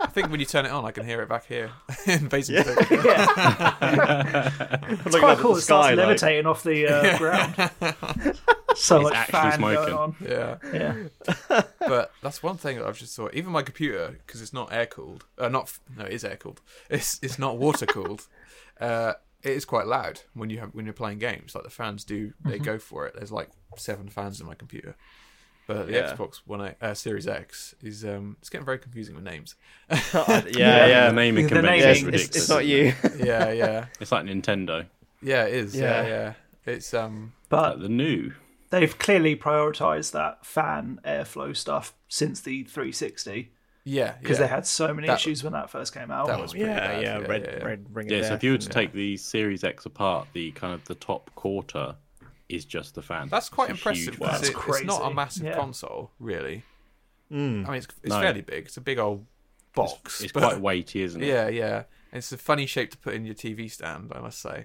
I think when you turn it on, I can hear it back here in Basingstoke. Yeah, It's it's quite cool. It starts levitating off the uh, ground. so much actually fan going smoking. on. Yeah, Yeah, but that's one thing that I've just thought. Even my computer, because it's not air cooled, uh, not f- no, it is air cooled. It's it's not water cooled. uh, it is quite loud when you have when you're playing games. Like the fans do, they Mm-hmm. go for it. There's like seven fans in my computer. But the Yeah. Xbox One X- uh, Series X is um, it's getting very confusing with names. yeah, yeah. The naming The convention naming is It's, Being it's- ridiculous. it's not you. yeah, yeah, It's like Nintendo. yeah. It is. Yeah, Yeah. yeah. It's um, but Like the new. they've clearly prioritized that fan airflow stuff since the 360 yeah, because yeah. they had so many That- issues when that first came out. that was pretty Oh, Yeah, bad. yeah, red, yeah. red ring. of Yeah, so death if you were and- to take the Series X apart, the kind of the top quarter is just the fan. That's quite It's a huge impressive one. because That's it, it's not a crazy. massive Yeah. console, really. Mm. I mean, it's, it's No. fairly big. It's a big old box. It's but- quite weighty, isn't it? Yeah, yeah. It's a funny shape to put in your TV stand, I must say.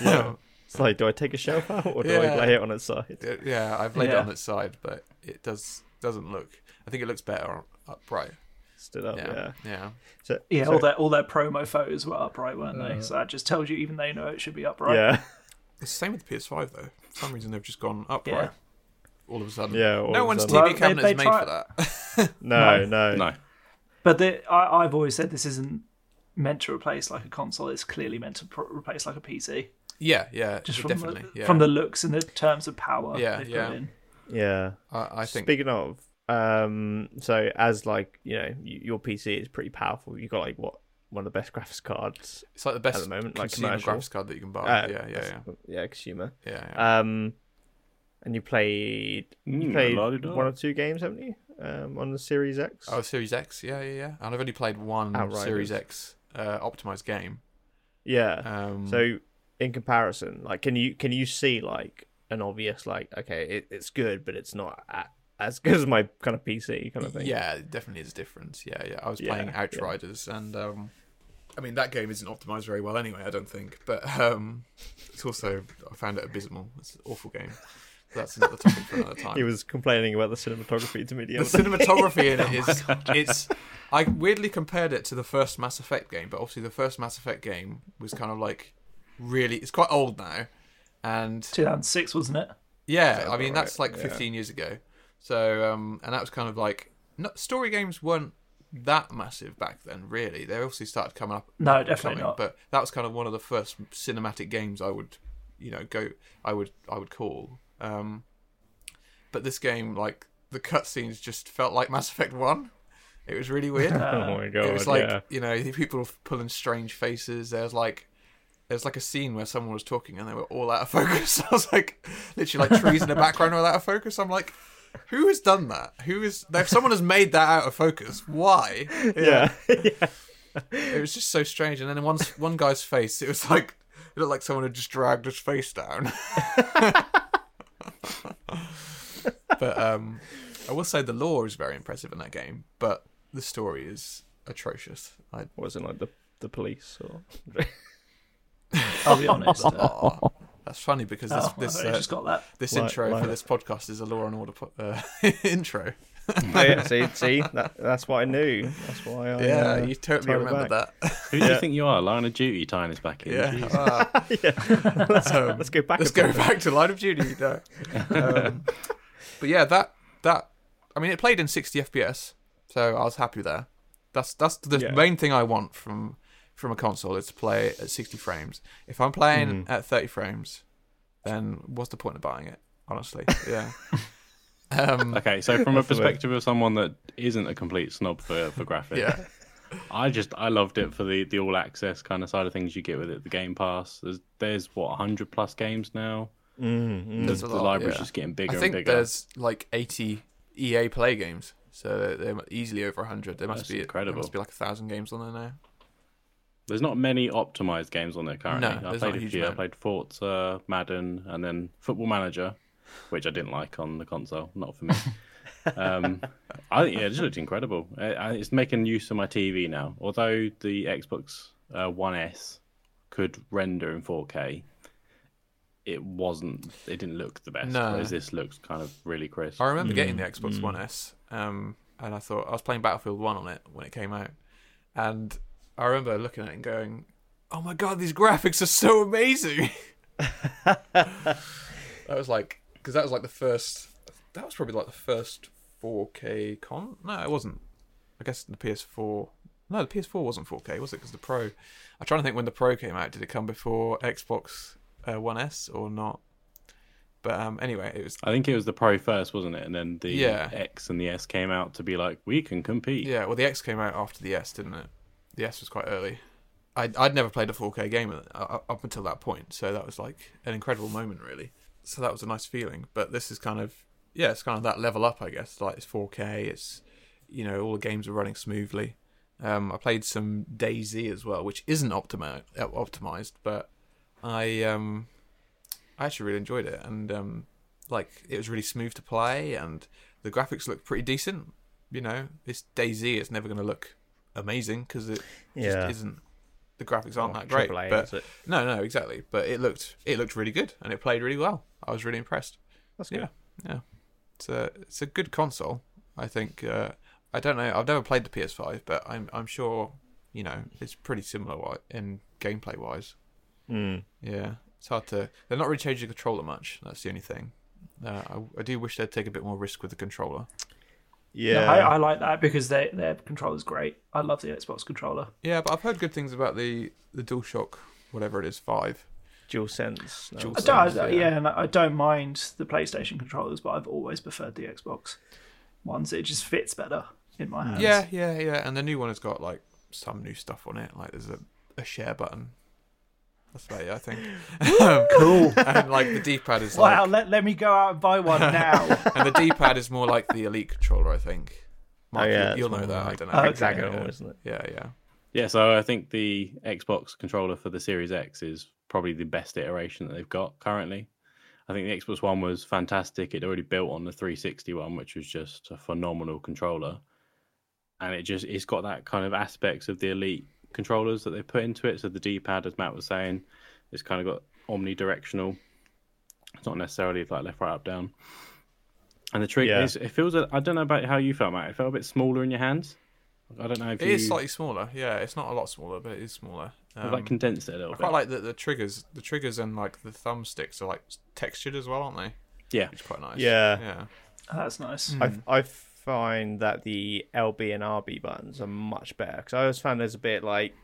It's like, do I take a shelf out or do Yeah. I lay it on its side? yeah, I've laid it Yeah. on its side, but it does doesn't look. I think it looks better upright. Stood up, Yeah, yeah. yeah. So- yeah, so- all their all their promo photos were upright, weren't they? Mm. So that just tells you even they know it should be upright. yeah, It's the same with the PS5 though. For some reason they've just gone upright. Yeah. All of a sudden, Yeah, all no of a one's sudden. TV Well, they- cabinet they is made try- for that. no, no, No. But the, I, I've always said this isn't meant to replace like a console. It's clearly meant to pro- replace like a PC, yeah, yeah, just from definitely. the, yeah. from the looks and the terms of power. Yeah, they've put yeah. in. yeah. I, I think Speaking of, um, so as like you know, y- your PC is pretty powerful. You got like what one of the best graphics cards it's like the best at the moment, like consumer commercial. graphics card that you can buy. Uh, yeah, yeah, yeah, yeah, consumer. yeah. yeah. Um, and you played Hmm, you Mm, played la-di-da. one or two games, haven't you? Um, on the Series X. Oh, Series X, yeah, yeah, yeah. And I've only played one Outriders. Series X uh, optimized game. yeah. Um, so in comparison, like, can you can you see like an obvious like, okay, it, it's good, but it's not a as good as my kind of PC kind of thing. yeah, it definitely is a difference. Yeah, yeah. I was Yeah, playing yeah. Outriders, and um, I mean that game isn't optimized very well anyway. I don't think, but um, it's also I found it abysmal. It's an awful game. But that's another topic for another time. He was complaining about the cinematography to me. The the other day. cinematography in Oh it is it's I weirdly compared it to the first Mass Effect game, but obviously the first Mass Effect game was kind of like really it's quite old now, and 2006 wasn't it? Yeah, I mean right? that's like 15 years ago. So um, and that was kind of like not, story games weren't that massive back then, really. They obviously started coming up. No, and definitely not. But that was kind of one of the first cinematic games I would, you know, go. I would I would call. Um, but this game, like the cutscenes, just felt like Mass Effect One. It was really weird oh my god! it was like yeah. you know the people pulling strange faces there's like there's like a scene where someone was talking and they were all out of focus i was like literally like trees in the background were out of focus i'm like who has done that who is if someone has made that out of focus why yeah. it was just so strange and then once one guy's face it was like it looked like someone had just dragged his face down but um i will say the lore is very impressive in that game but the story is atrocious i Wasn't like the the police or I'll be honest. Uh, That's funny because this oh, this I uh, just got that. this Like- intro for like- this podcast is a Law and Order po- uh, intro. oh, yeah, see, see, that, that's what I knew. That's why I. Yeah, uh, you totally tied it remember back. that. Who do you think you are? Line of Duty tying us back in. yeah. Jeez. Uh, um, Let's go back. let's a go bit. back to Line of Duty. No. Um, but yeah, that that I mean, it played in 60 FPS, so I was happy there. That's that's the Yeah. main thing I want from from a console is to play at 60 frames. If I'm playing at 30 frames, then what's the point of buying it? Honestly, yeah. um, Okay, so from the a way. perspective of someone that isn't a complete snob for, for graphics, yeah. I just I loved it for the, the all access kind of side of things you get with it. The Game Pass, there's, there's what hundred plus games now. There's a The lot, library's yeah. just getting bigger Mm, I think and bigger. there's like 80 EA Play games, so they're, they're easily over 100. There must That's be incredible. There must be like a thousand games on there now. There's not many optimized games on there currently. No, I there's played not a a huge few. I amount. played Forza, Madden, and then Football Manager, which I didn't like on the console. Not for me. um, I think yeah, it just looked incredible. Uh, uh, It's making use of my TV now. Although the Xbox uh, One S could render in 4K, it wasn't. It didn't look the best. No. Whereas this looks kind of really crisp. I remember getting the Xbox One S, um, and I thought I was playing Battlefield One on it when it came out, and I remember looking at it and going, "Oh my god, these graphics are so amazing!" that was like because that was like the first. That was probably like the first 4K con. No, it wasn't. I guess the PS4. No, the PS4 wasn't 4K, was it? Because the Pro. I'm trying to think when the Pro came out. Did it come before Xbox uh, One S or not? But um, anyway, it was I think it was the Pro first, wasn't it? And then the Yeah. X and the S came out to be like, we can compete. Yeah, well, the X came out after the S, didn't it? The S was quite early. I'd, I'd never played a 4K game uh, uh, up until that point, so that was like an incredible moment, really. So that was a nice feeling. But this is kind of, yeah, it's kind of that level up, I guess. Like it's 4K, it's, you know, all the games are running smoothly. Um, I played some DayZ as well, which isn't optimi- uh, optimized, but I um, I actually really enjoyed it, and um, like it was really smooth to play, and the graphics looked pretty decent you know, it's DayZ. It's never going to look amazing because it Yeah. just isn't. The graphics aren't that great. Oh, Triple A, but is it? no, no, exactly. But it looked it looked really good and it played really well. I was really impressed. That's Yeah, good. yeah. It's a it's a good console. I think. Uh, I don't know. I've never played the PS5, but I'm I'm sure you know it's pretty similar wi- in gameplay wise. Mm. Yeah, it's hard to. They're not really changing the controller much. That's the only thing. Uh, I, I do wish they'd take a bit more risk with the controller. Yeah. No, I, I like that because they, their controller's great. I love the Xbox controller. Yeah, but I've heard good things about the the DualShock, whatever it is, five. Dual sense. Dual I don't, Sounds, I- yeah. yeah, and I don't mind the PlayStation controllers, but I've always preferred the Xbox ones. It just fits better in my hands. Yeah, yeah, yeah. And the new one has got like some new stuff on it. Like there's a, a share button. That's about it, I think. Cool. and like the D pad is Wow, like, let, let me go out and buy one now. and the D pad is more like the Elite controller, I think. Mark, Oh, yeah, you, it's you'll know more that. I like don't know. Okay. Hexagonal, Yeah. isn't it? Yeah, yeah. Yeah, so I think the Xbox controller for the Series X is probably the best iteration that they've got currently. I think the Xbox One was fantastic. It already built on the 360 one, which was just a phenomenal controller. And it just it's got that kind of aspects of the elite controllers that they put into it. So the D pad, as Matt was saying, it's kind of got omnidirectional. It's not necessarily like left, right, up, down. And the trick Yeah. is, it feels. a- I don't know about how you felt, Matt. It felt a bit smaller in your hands. I don't know if It you is slightly smaller. Yeah, it's not a lot smaller, but it is smaller. Um, like condensed it a little I bit. quite like that the triggers, the triggers and like the thumbsticks are like textured as well, aren't they? Yeah. Which is quite nice. Yeah. Yeah. That's nice. Hmm. Hmm. I, I find that the LB and RB buttons are much better because I always found there's a bit like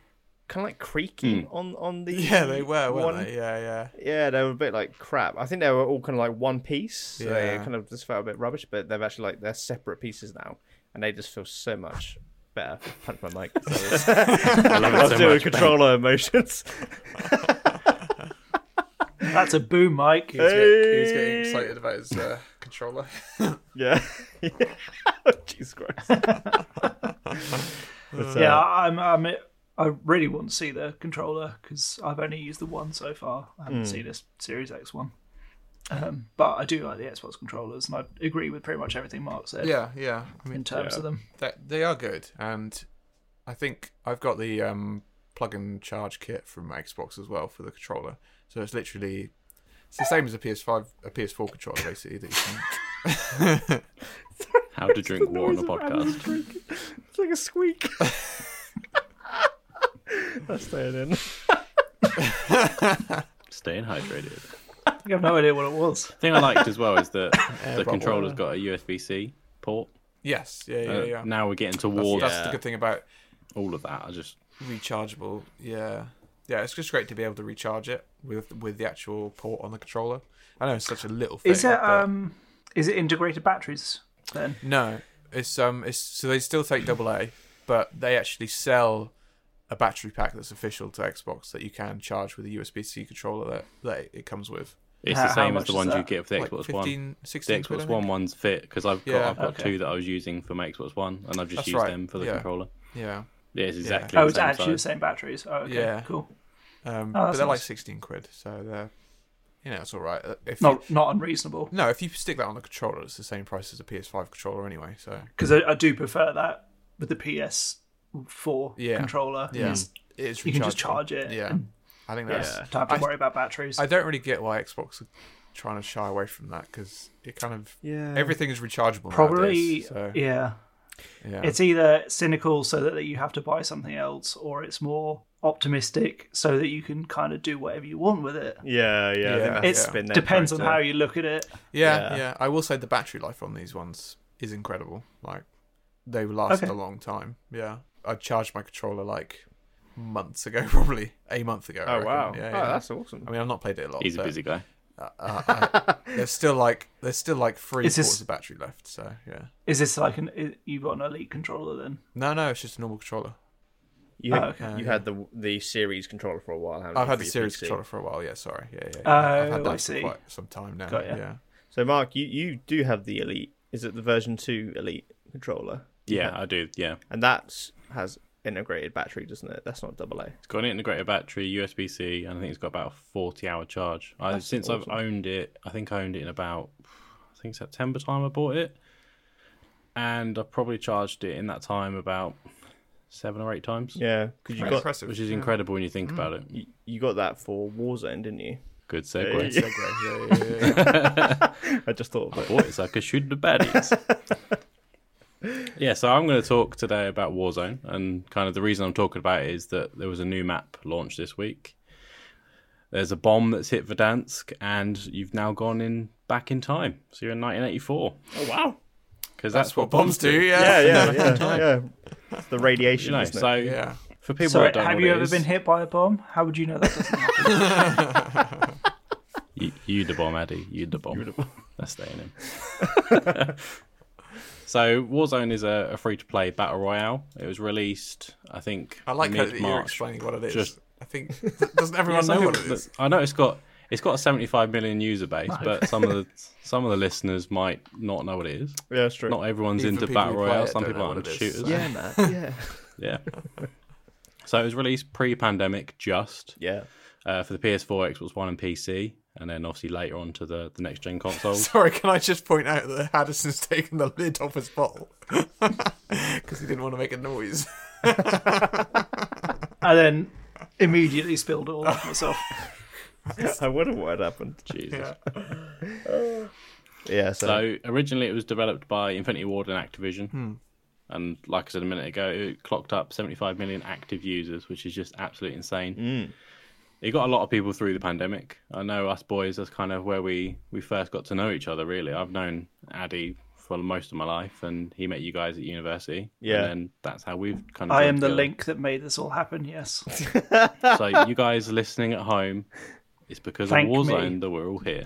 kind of like creaky Hmm. on on the Yeah, they were, weren't one. they? Yeah, yeah. Yeah, they were a bit like crap. I think they were all kind of like one piece. So they Yeah. kind of just felt a bit rubbish, but they've actually like they're separate pieces now, and they just feel so much better. Punch my mic. Sorry. I love it I was so doing much. controller emotions. That's a boom, Mike. He's, get- he's Hey. getting excited about his uh, controller. yeah. Jesus Christ. But, uh, Yeah, I'm, I'm, I really want to see the controller because I've only used the one so far. I Hmm. haven't seen a Series X one. Um, but I do like the Xbox controllers, and I agree with pretty much everything Mark said yeah, yeah. I mean, in terms of them. that, they are good, and I think I've got the um, plug and charge kit from my Xbox as well for the controller. So it's literally it's the same as a PS5, a PS4 controller basically. That you can... How to drink water on the podcast. It's like a squeak. That's staying in. Staying hydrated. You have no idea what it was. The thing I liked as well is that the controller's got a USB C port. Yes, yeah, Uh, yeah, yeah. Now we're getting That's, towards that's the good thing about all of that. I just rechargeable. Yeah, yeah. It's just great to be able to recharge it with with the actual port on the controller. I know it's such a little thing. Is it but- um is it integrated batteries then? No, it's um, it's so they still take double A, but they actually sell a battery pack that's official to Xbox that you can charge with a USB C controller that, that it comes with. it's How- the how same much as the is ones you that? get for the Like Xbox 15, One. 16 The quid, I Xbox think. One one's fit because I've got Yeah. I've got Okay. two that I was using for my Xbox One, and I've just That's used right, them for the yeah. controller. Yeah, Yeah, it's exactly. Oh, the it's same actually the size. same batteries. Oh, okay, Yeah. cool. um, Oh, but that's they're like nice. sixteen quid, so they're you know it's all right. Uh, If you- Not not unreasonable no, if you stick that on the controller, it's the same price as a PS5 controller anyway. So because I, I do prefer that with the PS4 Yeah. controller. yeah, It's- it's you can just rechargeable. charge it Yeah, and I think that's. Yeah. Don't have to I- worry about batteries. I don't really get why Xbox are trying to shy away from that because it kind of Yeah. everything is rechargeable. Probably, nowadays, so, yeah. yeah. It's either cynical so that you have to buy something else, or it's more optimistic so that you can kind of do whatever you want with it. Yeah, yeah. I think Yeah. that's It It's- been their depends on character. how you look at it. Yeah, Yeah. yeah, I will say the battery life on these ones is incredible. Like they last Okay. a long time. Yeah, I charged my controller like months ago, probably a month ago. I Oh reckon. wow! Yeah, Oh, yeah. that's awesome. I mean, I've not played it a lot. He's a but, busy guy. Uh, I, there's still like there's still like three Is this- quarters of battery left. So yeah. Is this like an i- you've got an elite controller then? No, no, it's just a normal controller. You, Oh, okay. you had the the series controller for a while. haven't I've you, had the for your series PC? controller for a while. Yeah, sorry. Yeah, yeah. yeah. I've Oh, had that I for see. quite some time now. Got ya. Yeah. So, Mark, you, you do have the Elite. Is it the version two Elite controller? Yeah, I do. Yeah, And that has integrated battery, doesn't it? That's not double A. it's got an integrated battery, USB C, and I think it's got about a forty-hour charge. I, since awesome. I've owned it, I think I owned it in about I think September time I bought it, and I probably charged it in that time about seven or eight times. Yeah, Mm. because you Quite got impressive. which is incredible when you think about it. you, you got that for Warzone, didn't you? Good segue. Yeah. Segue, yeah, yeah, yeah, yeah. I just thought of it. Boy, it's like a shoot the baddies. yeah, so I'm going to talk today about Warzone, and kind of the reason I'm talking about it is that there was a new map launched this week. There's a bomb that's hit Verdansk, and you've now gone in back in time. So you're in 1984 Oh wow! because that's, That's what bombs do. Yeah. Yeah, yeah, yeah, yeah. It's the radiation, You know, isn't it? so Yeah. for people Sorry, that don't know have what you it ever is, been hit by a bomb? How would you know that? Doesn't happen? You, you the bomb, Addy. You the bomb. That's staying in. so Warzone is a, a free-to-play battle royale. It was released, I think, I like how that you're mid-March. explaining what it is. Just- I think doesn't everyone Some know what it people- is? I know it's got it's got a 75 million user base, but some of the some of the listeners might not know what it is. yeah, that's true. Not everyone's Even into people battle who play royale. it Some don't people know aren't what into it is, shooters. so- Yeah. yeah, man. Yeah, So it was released pre-pandemic, just yeah. uh, for the PS4, Xbox One, and PC, and then obviously later on to the the next gen consoles. Sorry, can I just point out that Addison's taken the lid off his bottle because he didn't want to make a noise. and then immediately spilled it all over myself. I wonder what had happened. Jesus. Yeah, so, So originally it was developed by Infinity Ward and Activision. Hmm. And like I said a minute ago, it clocked up 75 million active users, which is just absolutely insane. Mm. It got a lot of people through the pandemic. I know us boys, that's kind of where we, we first got to know each other, really. I've known Addy for most of my life, and he met you guys at university. Yeah. And then that's how we've kind of. I joined am the together. link that made this all happen. Yes. So you guys listening at home, it's because Thank of me. Warzone that we're all here.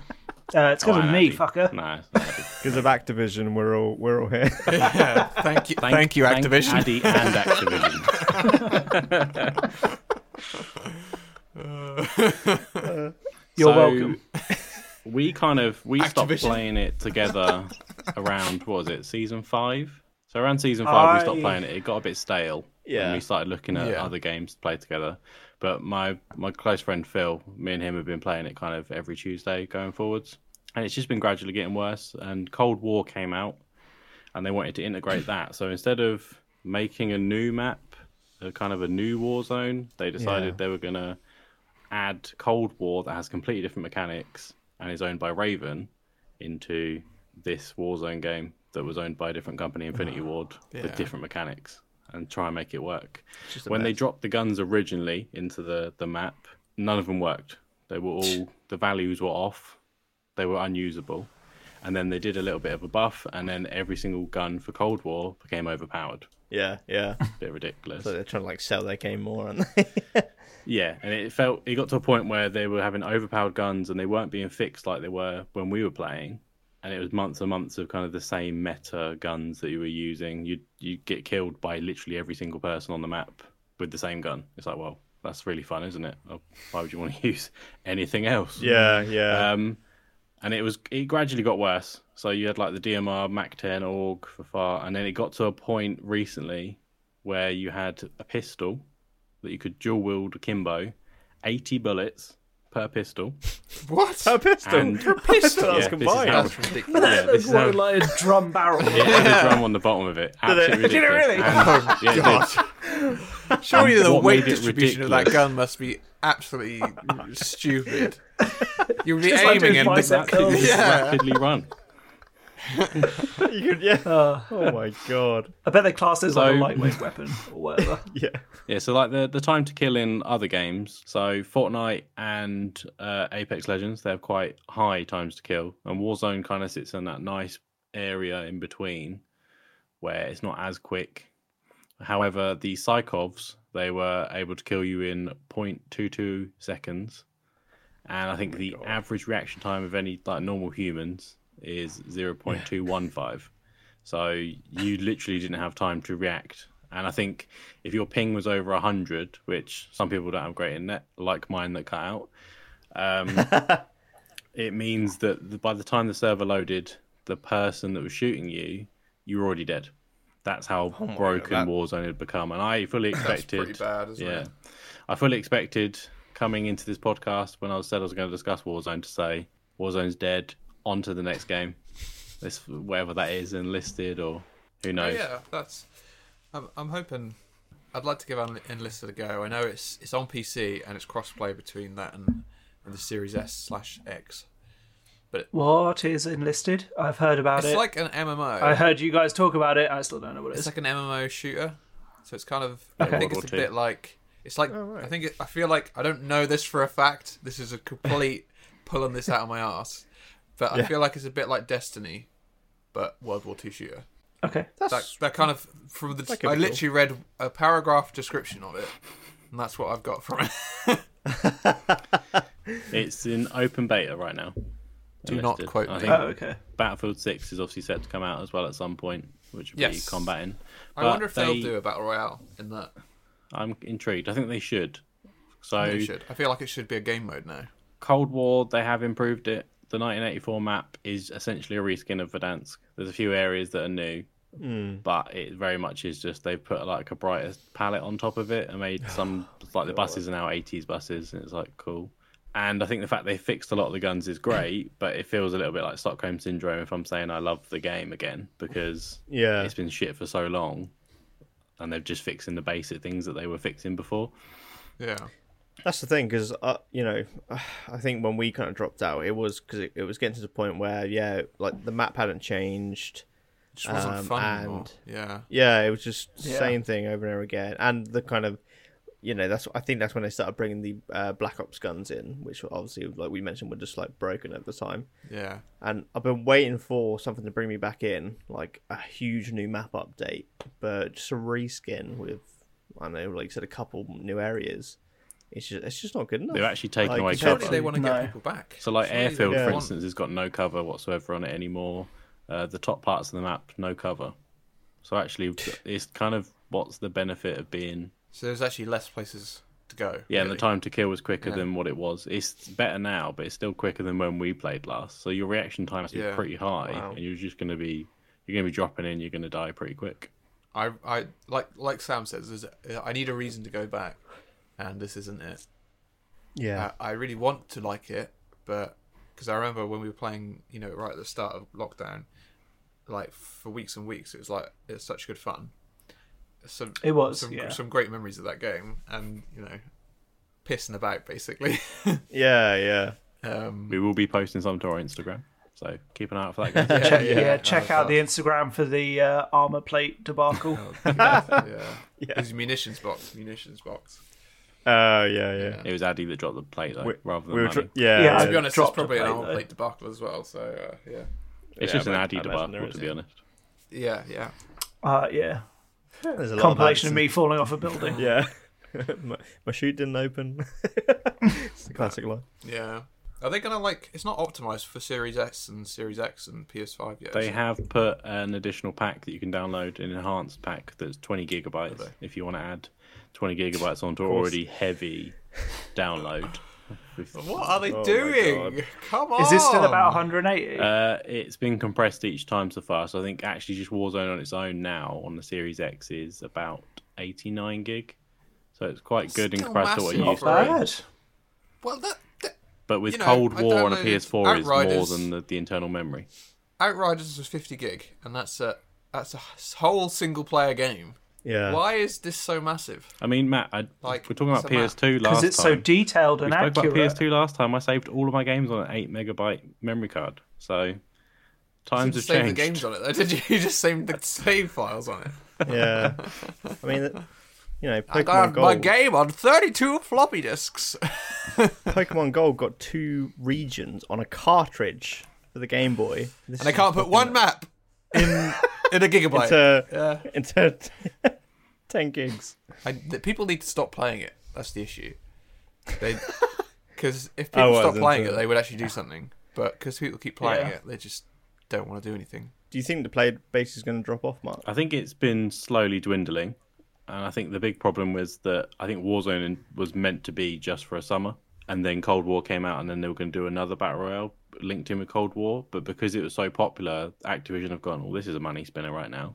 Uh, it's because Why, of me, Addy? fucker. Nah, it's not Addy. because of Activision, we're all we're all here. yeah, thank you, thank, you, Activision. Addy and Activision. You're So, welcome. We kind of we stopped Activision. playing it together around what was it season five? So around season five, we stopped I- playing it. It got a bit stale. Yeah. and we started looking at Yeah. other games to play together. But my my close friend Phil, me and him have been playing it kind of every Tuesday going forwards, and it's just been gradually getting worse. And Cold War came out, and they wanted to integrate that. So instead of making a new map, a kind of a new war zone, they decided Yeah. they were gonna add Cold War that has completely different mechanics and is owned by Raven into this Warzone game that was owned by a different company, Infinity Ward, with yeah. different mechanics and try and make it work. When they dropped the guns originally into the, the map, none of them worked. They were all, the values were off, they were unusable. And then they did a little bit of a buff, and then every single gun for Cold War became overpowered. yeah, yeah. Bit ridiculous. So they're trying to like sell their game more, aren't they? Yeah, and it felt it got to a point where they were having overpowered guns and they weren't being fixed like they were when we were playing. And it was months and months of kind of the same meta guns that you were using. You'd you'd get killed by literally every single person on the map with the same gun. It's like, well, that's really fun, isn't it? Oh, Why would you want to use anything else? yeah, yeah. Um, and it was it gradually got worse. So you had like the DMR Mac 10 org for far, and then it got to a point recently where you had a pistol that you could dual wield akimbo, eighty bullets, per pistol. What? A pistol. Uh, And- a pistol. Yeah, That's this is combined. how- That's ridiculous. Yeah, this is how- Quite like a drum barrel. it had a drum on the bottom of it. Absolutely Did it ridiculous. really? And- yeah, it did. Oh, Surely the What weight made it distribution of that ridiculous? gun must be absolutely stupid. You'll be Just like aiming doing and bicep It curls. just Yeah. rapidly run. You could, yeah. Uh, Oh my god. I bet they class this like a So- lightweight weapon or whatever. Yeah. Yeah, so like the, the time to kill in other games, so Fortnite and uh, Apex Legends, they have quite high times to kill, and Warzone kind of sits in that nice area in between where it's not as quick. However, the Psychovs, they were able to kill you in 0.22 seconds, and I Oh think the average reaction time of any like normal humans is 0.215. So you literally didn't have time to react. And I think if your ping was over 100, which some people don't have great internet, like mine that cut out, um, it means that the- by the time the server loaded, the person that was shooting you, you were already dead. That's how broken Oh that- Warzone had become. And I fully expected. pretty bad, isn't yeah. it? I fully expected coming into this podcast when I said I was going to discuss Warzone to say Warzone's dead, on to the next game. This, whatever that is, enlisted or who knows. Oh, Yeah, that's. I'm, I'm hoping. I'd like to give Enl- Enlisted a go. I know it's it's on PC and it's crossplay between that and, and the Series S slash X. What is enlisted? I've heard about It's it. like an MMO. I heard you guys talk about it. I still don't know what it it's is. like an MMO shooter, so it's kind of. I Okay. think World it's a War Two. bit like. It's like I think it, I feel like I don't know this for a fact. This is a complete pulling this out of my ass, but I feel like it's a bit like Destiny, but World War Two shooter. Okay. that, that kind of from the could I be cool. literally read a paragraph description of it, and that's what I've got from it. It's in open beta right now. Do not Enlisted. quote I me. think Oh, okay. Battlefield 6 is obviously set to come out as well at some point, which will Yes. be combating. I But wonder if they'll they- do a battle royale in that. I'm intrigued. I think they should. So They should. I feel like it should be a game mode now. Cold War, they have improved it. The 1984 map is essentially a reskin of Verdansk. There's a few areas that are new, Hmm. but it very much is just they've put like a brighter palette on top of it and made some like the buses are now 80s buses, and it's like cool. And I think the fact they fixed a lot of the guns is great, but it feels a little bit like Stockholm syndrome if I'm saying I love the game again because Yeah. it's been shit for so long, and they've just fixing the basic things that they were fixing before. Yeah. That's the thing, because uh, you know, I think when we kind of dropped out, it was because it, it was getting to the point where yeah, like the map hadn't changed. It just wasn't Um, fun anymore. and- Yeah. Yeah, it was just Yeah. same thing over and over again, and the kind of you know that's I think that's when they started bringing the uh, Black Ops guns in, which were obviously like we mentioned were just like broken at the time. Yeah. And I've been waiting for something to bring me back in, like a huge new map update, but just a reskin with I don't know, like you said, a couple new areas. It's just it's just not good enough. They're actually taking Like, away compared Surely cover. they want to get No. people back. So, like Surely they airfield, Yeah. for want- instance, has got no cover whatsoever on it anymore. Uh, the top parts of the map, no cover. So actually, it's kind of what's the benefit of being? So there's actually less places to go. Yeah, and really. the time to kill was quicker Yeah. than what it was. It's better now, but it's still quicker than when we played last. So your reaction time has to Yeah. be pretty high, Wow. and you're just going to be you're going to be dropping in. You're going to die pretty quick. I, I like like Sam says, there's, I need a reason to go back, and this isn't it. Yeah, I, I really want to like it, but because I remember when we were playing, you know, right at the start of lockdown, like for weeks and weeks, it was like it's such good fun. Some, It was, some, yeah. some great memories of that game, and you know, pissing about basically. yeah, yeah. um, We will be posting some to our Instagram, so keep an eye out for that. Guys. Check, yeah, check out the Instagram for the uh, armor plate debacle. yeah. yeah. His munitions box, munitions box. Oh yeah, yeah. it was Addy that dropped the plate though, rather than we were money. tr- yeah, Yeah, yeah. I'd To be honest, it's dropped a probably an plate, armor though. plate debacle as well. So uh, yeah, it's yeah, just an I Addy imagine there debacle, is, to be yeah. honest. yeah, yeah. uh, yeah. There's a lot Compilation of ads me falling off a building. and- Yeah, my, my shoot didn't open. it's the classic line. Yeah. Are they gonna like? It's not optimized for Series S and Series X and PS5 yet. They is it? have put an additional pack that you can download, an enhanced pack that's 20 gigabytes. If you want to add 20 gigabytes onto already heavy download, What are they my doing? God. Come on. Is this still about 180? uh, it's been compressed each time so far. So I think actually just Warzone on its own now on the Series X is about 89 gig. So it's quite good in Still comparison to what it massive. used Bad. to be. Well, that, that But with You know, Cold I War on a downloaded PS4 is more Outriders. than the, the internal memory. Outriders was 50 gig, and that's a that's a whole single player game. Yeah. Why is this so massive? I mean, Matt, I, Like, we're talking about it's a map. PS2 last because it's so time. detailed we and spoke about accurate. PS2 last time. I saved all of my games on an eight megabyte memory card. So times Didn't have save the changed. games on it though, did you? You just saved the save files on it. Yeah. I mean, it- you know, I got Pokemon my Gold. game on 32 floppy disks. Pokemon Gold got two regions on a cartridge for the Game Boy. This And I is can't put one map in in a gigabyte. into Yeah. into ten gigs. I, th- people need to stop playing it. That's the issue. They because if I people stop wasn't, playing uh, it, they would actually do something. But because people keep playing Yeah. it, they just don't want to do anything. Do you think the play base is going to drop off, Mark? I think it's been slowly dwindling, and I think the big problem was that I think Warzone in- was meant to be just for a summer, and then Cold War came out, and then they were going to do another battle royale linked in with Cold War, but because it was so popular, Activision have gone, "Well, this is a money spinner right now.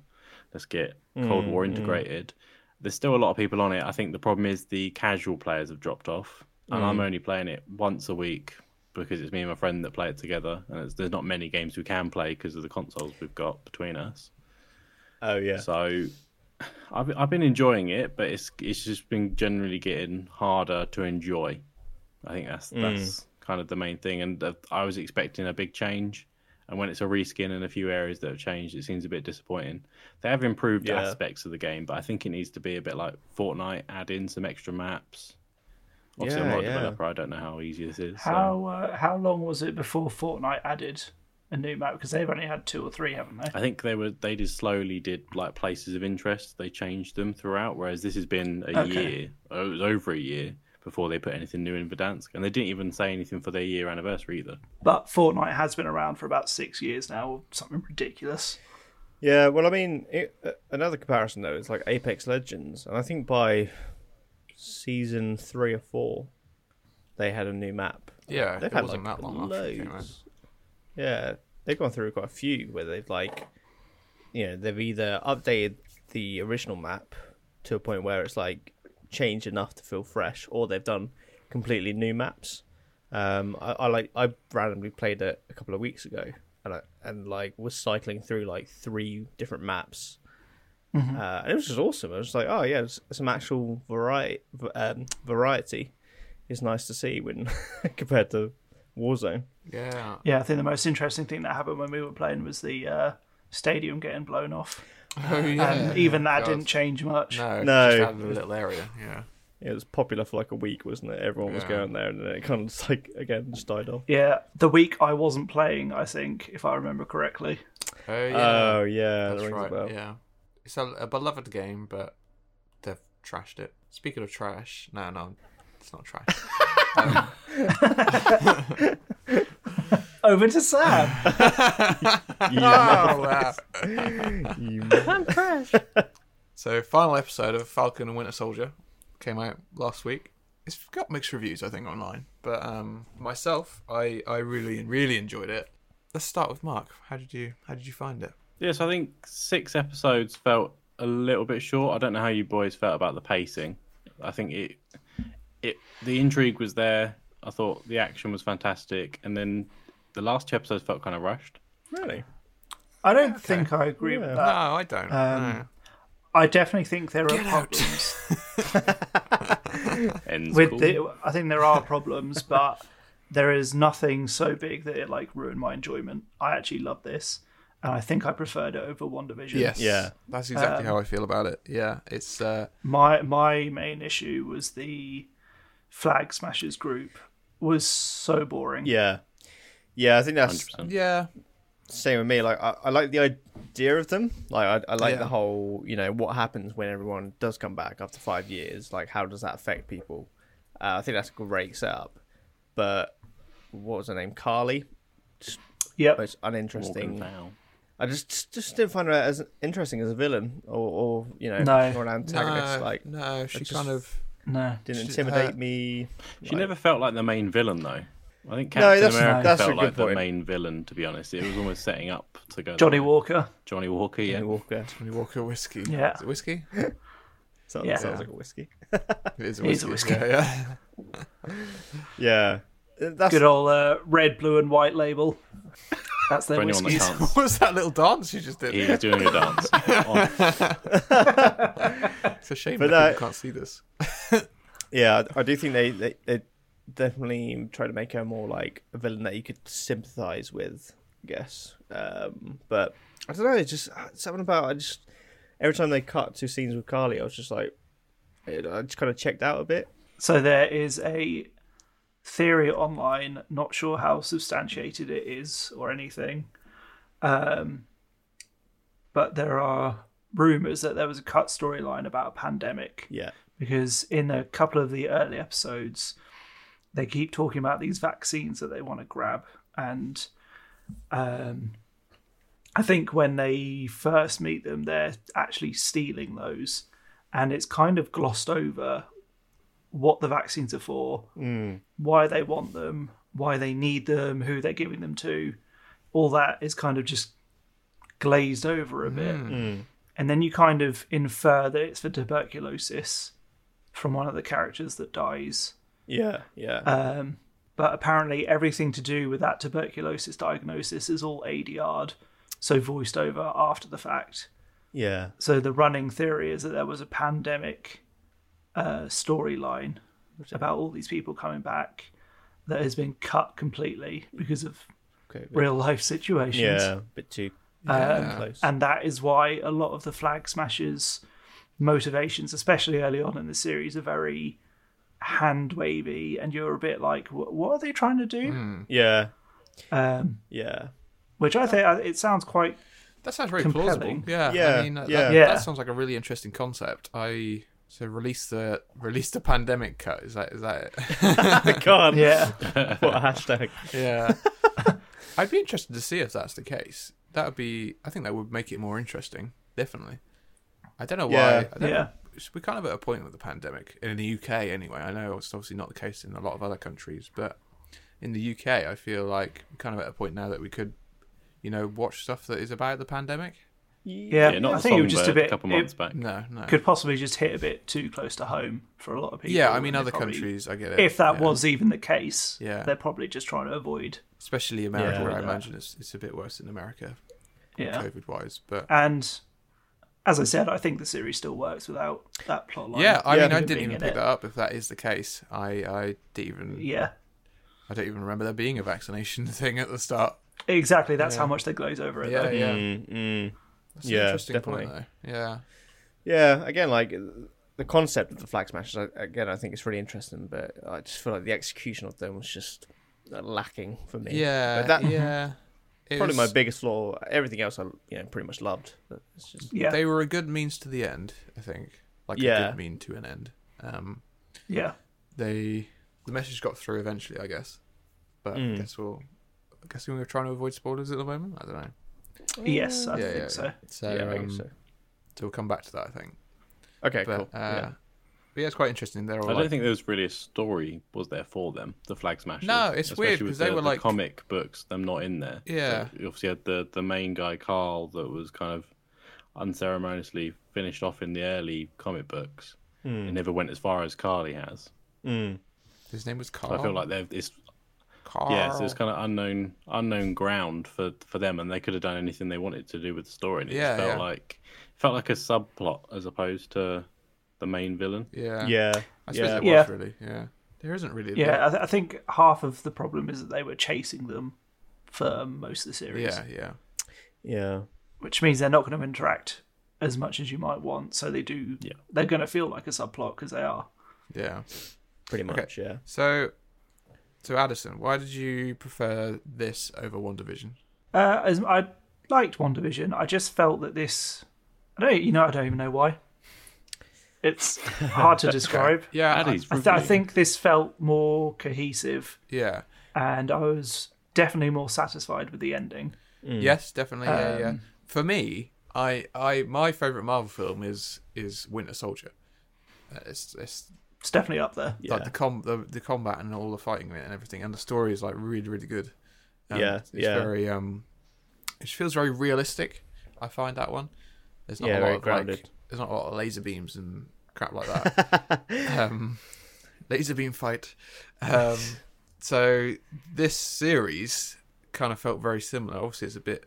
Let's get Cold War integrated." There's still a lot of people on it. I think the problem is the casual players have dropped off, and I'm only playing it once a week. Because it's me and my friend that play it together, and it's, there's not many games we can play because of the consoles we've got between us. Oh yeah. So I've I've been enjoying it, but it's it's just been generally getting harder to enjoy. I think that's Hmm. that's kind of the main thing, and that I was expecting a big change. And when it's a reskin and a few areas that have changed, it seems a bit disappointing. They have improved Yeah. aspects of the game, but I think it needs to be a bit like Fortnite, add in some extra maps. Obviously, I'm Yeah, not a yeah. developer. I don't know how easy this is. so- How uh, how long was it before Fortnite added a new map? Because they've only had two or three, haven't they? I think they were they just slowly did like places of interest. They changed them throughout, whereas this has been a Okay. year. oh, It was over a year before they put anything new in Verdansk, and they didn't even say anything for their year anniversary either. But Fortnite has been around for about six years now, or something ridiculous. Yeah, well, I mean, it, uh, another comparison though is like Apex Legends, and I think by season three or four, they had a new map. Yeah, They've it had wasn't like that long. after it came out. loads. Yeah, they've gone through quite a few where they've like, you know, they've either updated the original map to a point where it's like changed enough to feel fresh, or they've done completely new maps. Um, I, I like I randomly played it a couple of weeks ago, and I, and like was cycling through like three different maps. Uh, and it was just awesome. I was just like, oh yeah, it's, some actual variety. Um, variety is nice to see when compared to Warzone. Yeah. Yeah, I think the most interesting thing that happened when we were playing was the uh, stadium getting blown off. Oh yeah. And even that God. didn't change much. No. No. Just added a little area. Yeah. It was popular for like a week, wasn't it? Everyone was Yeah. going there, and then it kind of just like again just died off. Yeah, the week I wasn't playing, I think, if I remember correctly. Oh yeah. Oh yeah, that That's rings a bell. right. Yeah, it's a, a beloved game, but they've trashed it. Speaking of trash, no, no, it's not trash. Over to Sam. You- oh wow! you- So, final episode of Falcon and Winter Soldier came out last week. It's got mixed reviews, I think, online. But um, myself, I, I really really enjoyed it. Let's start with Mark. How did you How did you find it? Yes, I think six episodes felt a little bit short. I don't know how you boys felt about the pacing. I think it it the intrigue was there. I thought the action was fantastic, and then the last two episodes felt kind of rushed. really? I don't think I agree with that. No, I don't. no. I definitely think there are problems Ends with cool. the. I think there are problems, but there is nothing so big that it like ruined my enjoyment. I actually love this, and I think I preferred it over One Division. Yes. Yeah. That's exactly how I feel about it. Yeah. It's uh, My my main issue was the flag smashers group was so boring. Yeah, yeah. I think that's 100%. yeah. same with me. Like I, I like the idea of them. Like I, I like Yeah. the whole you know what happens when everyone does come back after five years. Like how does that affect people? Uh, I think that's a great setup. But what was her name? Carly. Yep. Most uninteresting. Morgan Fowl. I just just didn't find her as interesting as a villain or, or you know No. or an antagonist. no, like no, she just- kind of No. didn't she- intimidate her- me. She Like- never felt like the main villain, though. I think Captain that's- America that's a felt good like the point. main villain. To be honest, it was almost setting up to go. that Johnny way. Walker. Johnny Walker, yeah. Johnny Walker. Johnny Walker whiskey. Yeah. Is it whiskey? Sounds, Yeah. sounds like a whiskey. It is a It is a Yeah, yeah. Yeah. That's Good old uh, red, blue, and white label. That's their For anyone that whiskies. can't, What was that little dance you just did? he was doing a dance. It's a shame But that that- people can't see this. yeah. I do think they, they they definitely try to make her more like a villain that you could sympathize with. I guess, um, but I don't know. It's just uh, something about I just every time they cut two scenes with Carly, I was just like, I just kind of checked out a bit. So there is a theory online, not sure how substantiated it is or anything. Um, but there are rumors that there was a cut storyline about a pandemic Yeah, because in a couple of the early episodes, they keep talking about these vaccines that they want to grab. And um, I think when they first meet them, they're actually stealing those. And it's kind of glossed over what the vaccines are for, why they want them, why they need them, who they're giving them to. All that is kind of just glazed over a bit. And then you kind of infer that it's for tuberculosis from one of the characters that dies. yeah, yeah. Um, but apparently, everything to do with that tuberculosis diagnosis is all ADR'd, so voiced over after the fact. Yeah. So the running theory is that there was a pandemic uh, storyline about all these people coming back that has been cut completely because of Okay. a bit- real life situations. Yeah. A bit too close. And that is why a lot of the Flag Smashers' motivations, especially early on in the series, are very hand wavy, and you're a bit like, "Wh- what are they trying to do? Hmm. yeah. Um, Yeah. which I think uh, it sounds quite. That sounds very plausible. Compelling. Yeah, I Yeah, mean, that, yeah. That, Yeah. that sounds like a really interesting concept. I so release the release the pandemic cut. Is that is that it? God. Yeah. What a hashtag. yeah, I'd be interested to see if that's the case. That would be. I think that would make it more interesting. Definitely. I don't know why. Yeah. I don't yeah. we're kind of at a point with the pandemic in the UK anyway. I know it's obviously not the case in a lot of other countries, but in the UK, I feel like we're kind of at a point now that we could, you know, watch stuff that is about the pandemic. Yeah. Yeah, not I the think it was just a Songbird bit. couple it months back. No, no. could possibly just hit a bit too close to home for a lot of people. yeah, I mean, and other they probably- countries, I get it. If that yeah. was even the case, Yeah. they're probably just trying to avoid. especially America, Yeah. where I imagine it's, it's a bit worse in America, Yeah. COVID-wise. But And as I said, I think the series still works without that plot line. yeah, I Yeah. mean, I Being didn't even in pick it. that up. If that is the case, I I didn't even Yeah. I don't even remember there being a vaccination thing at the start. Exactly. That's how much they glaze over it. Yeah, though. yeah. Mm, mm. That's Yeah, an interesting point, definitely. though. Yeah. Yeah. Again, like the concept of the flag smashes. I- Again, I think it's really interesting, but I just feel like the execution of them was just uh, lacking for me. Yeah, But that yeah. It probably was- my biggest flaw. Everything else, I you know, pretty much loved. But it's just Yeah. They were a good means to the end, I think. Like a Yeah. good mean to an end. Um, yeah. they the message got through eventually, I guess. But I Mm. guess we'll. I guess we're trying to avoid spoilers at the moment. I don't know. Yes, I yeah, think yeah, so. yeah. So, yeah. I um, guess so. so we'll come back to that, I think. Okay. But, cool. uh, yeah. but yeah, it's quite interesting. They're all I like, don't think there was really a story was there for them, the Flag Smashers. No, it's especially weird with 'cause they the- were the like- comic books. Them not in there. Yeah. So you obviously had the the main guy Carl that was kind of unceremoniously finished off in the early comic books. Hmm. It never went as far as Carly has. Mm. his name was So Carl. I Oh. feel like they've it's Carl. yeah, so it's kind of unknown unknown ground for for them, and they could have done anything they wanted to do with the story. And it Yeah, just felt yeah. like felt like a subplot as opposed to the main villain. yeah, Yeah. I suppose Yeah. it Yeah. was really. Yeah, there isn't really. Yeah, I, th- I think half of the problem is that they were chasing them for most of the series, yeah, yeah. Yeah. which means they're not going to interact as much as you might want. So they do. Yeah. They're going to feel like a subplot because they are. Yeah. Pretty Okay. much. Yeah. So, so Addison, why did you prefer this over One Division? Uh, as I liked One Division, I just felt that this. I don't. You know, I don't even know why. It's hard to describe. Yeah, I- Addy's I, th- I really- think this felt more cohesive, yeah, and I was definitely more satisfied with the ending. yes, definitely. yeah, yeah. For me, I, I, my favorite Marvel film is is Winter Soldier. Uh, It's it's It's definitely up there. Yeah. like the com the, the combat and all the fighting in it and everything, and the story is like really really good. And Yeah, it's yeah. very um, it feels very realistic. I find that one. There's not Yeah, a lot very of like grounded. there's not a lot of laser beams and crap like that. um, laser beam fight. Um, So this series kind of felt very similar. Obviously, it's a bit,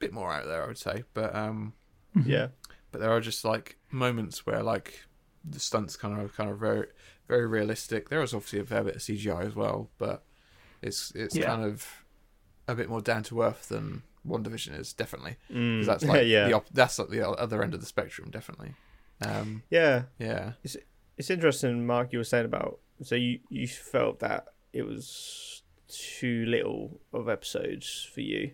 bit more out there, I would say. But um, Mm-hmm. yeah. but there are just like moments where like the stunts kind of kind of very very realistic. There is obviously a fair bit of CGI as well, but it's it's Yeah. kind of a bit more down to earth than One Division is definitely because that's like Mm. Yeah. the op- that's like the o- other end of the spectrum definitely. Um, Yeah. yeah, It's interesting, Mark, you were saying about so you, you felt that it was too little of episodes for you.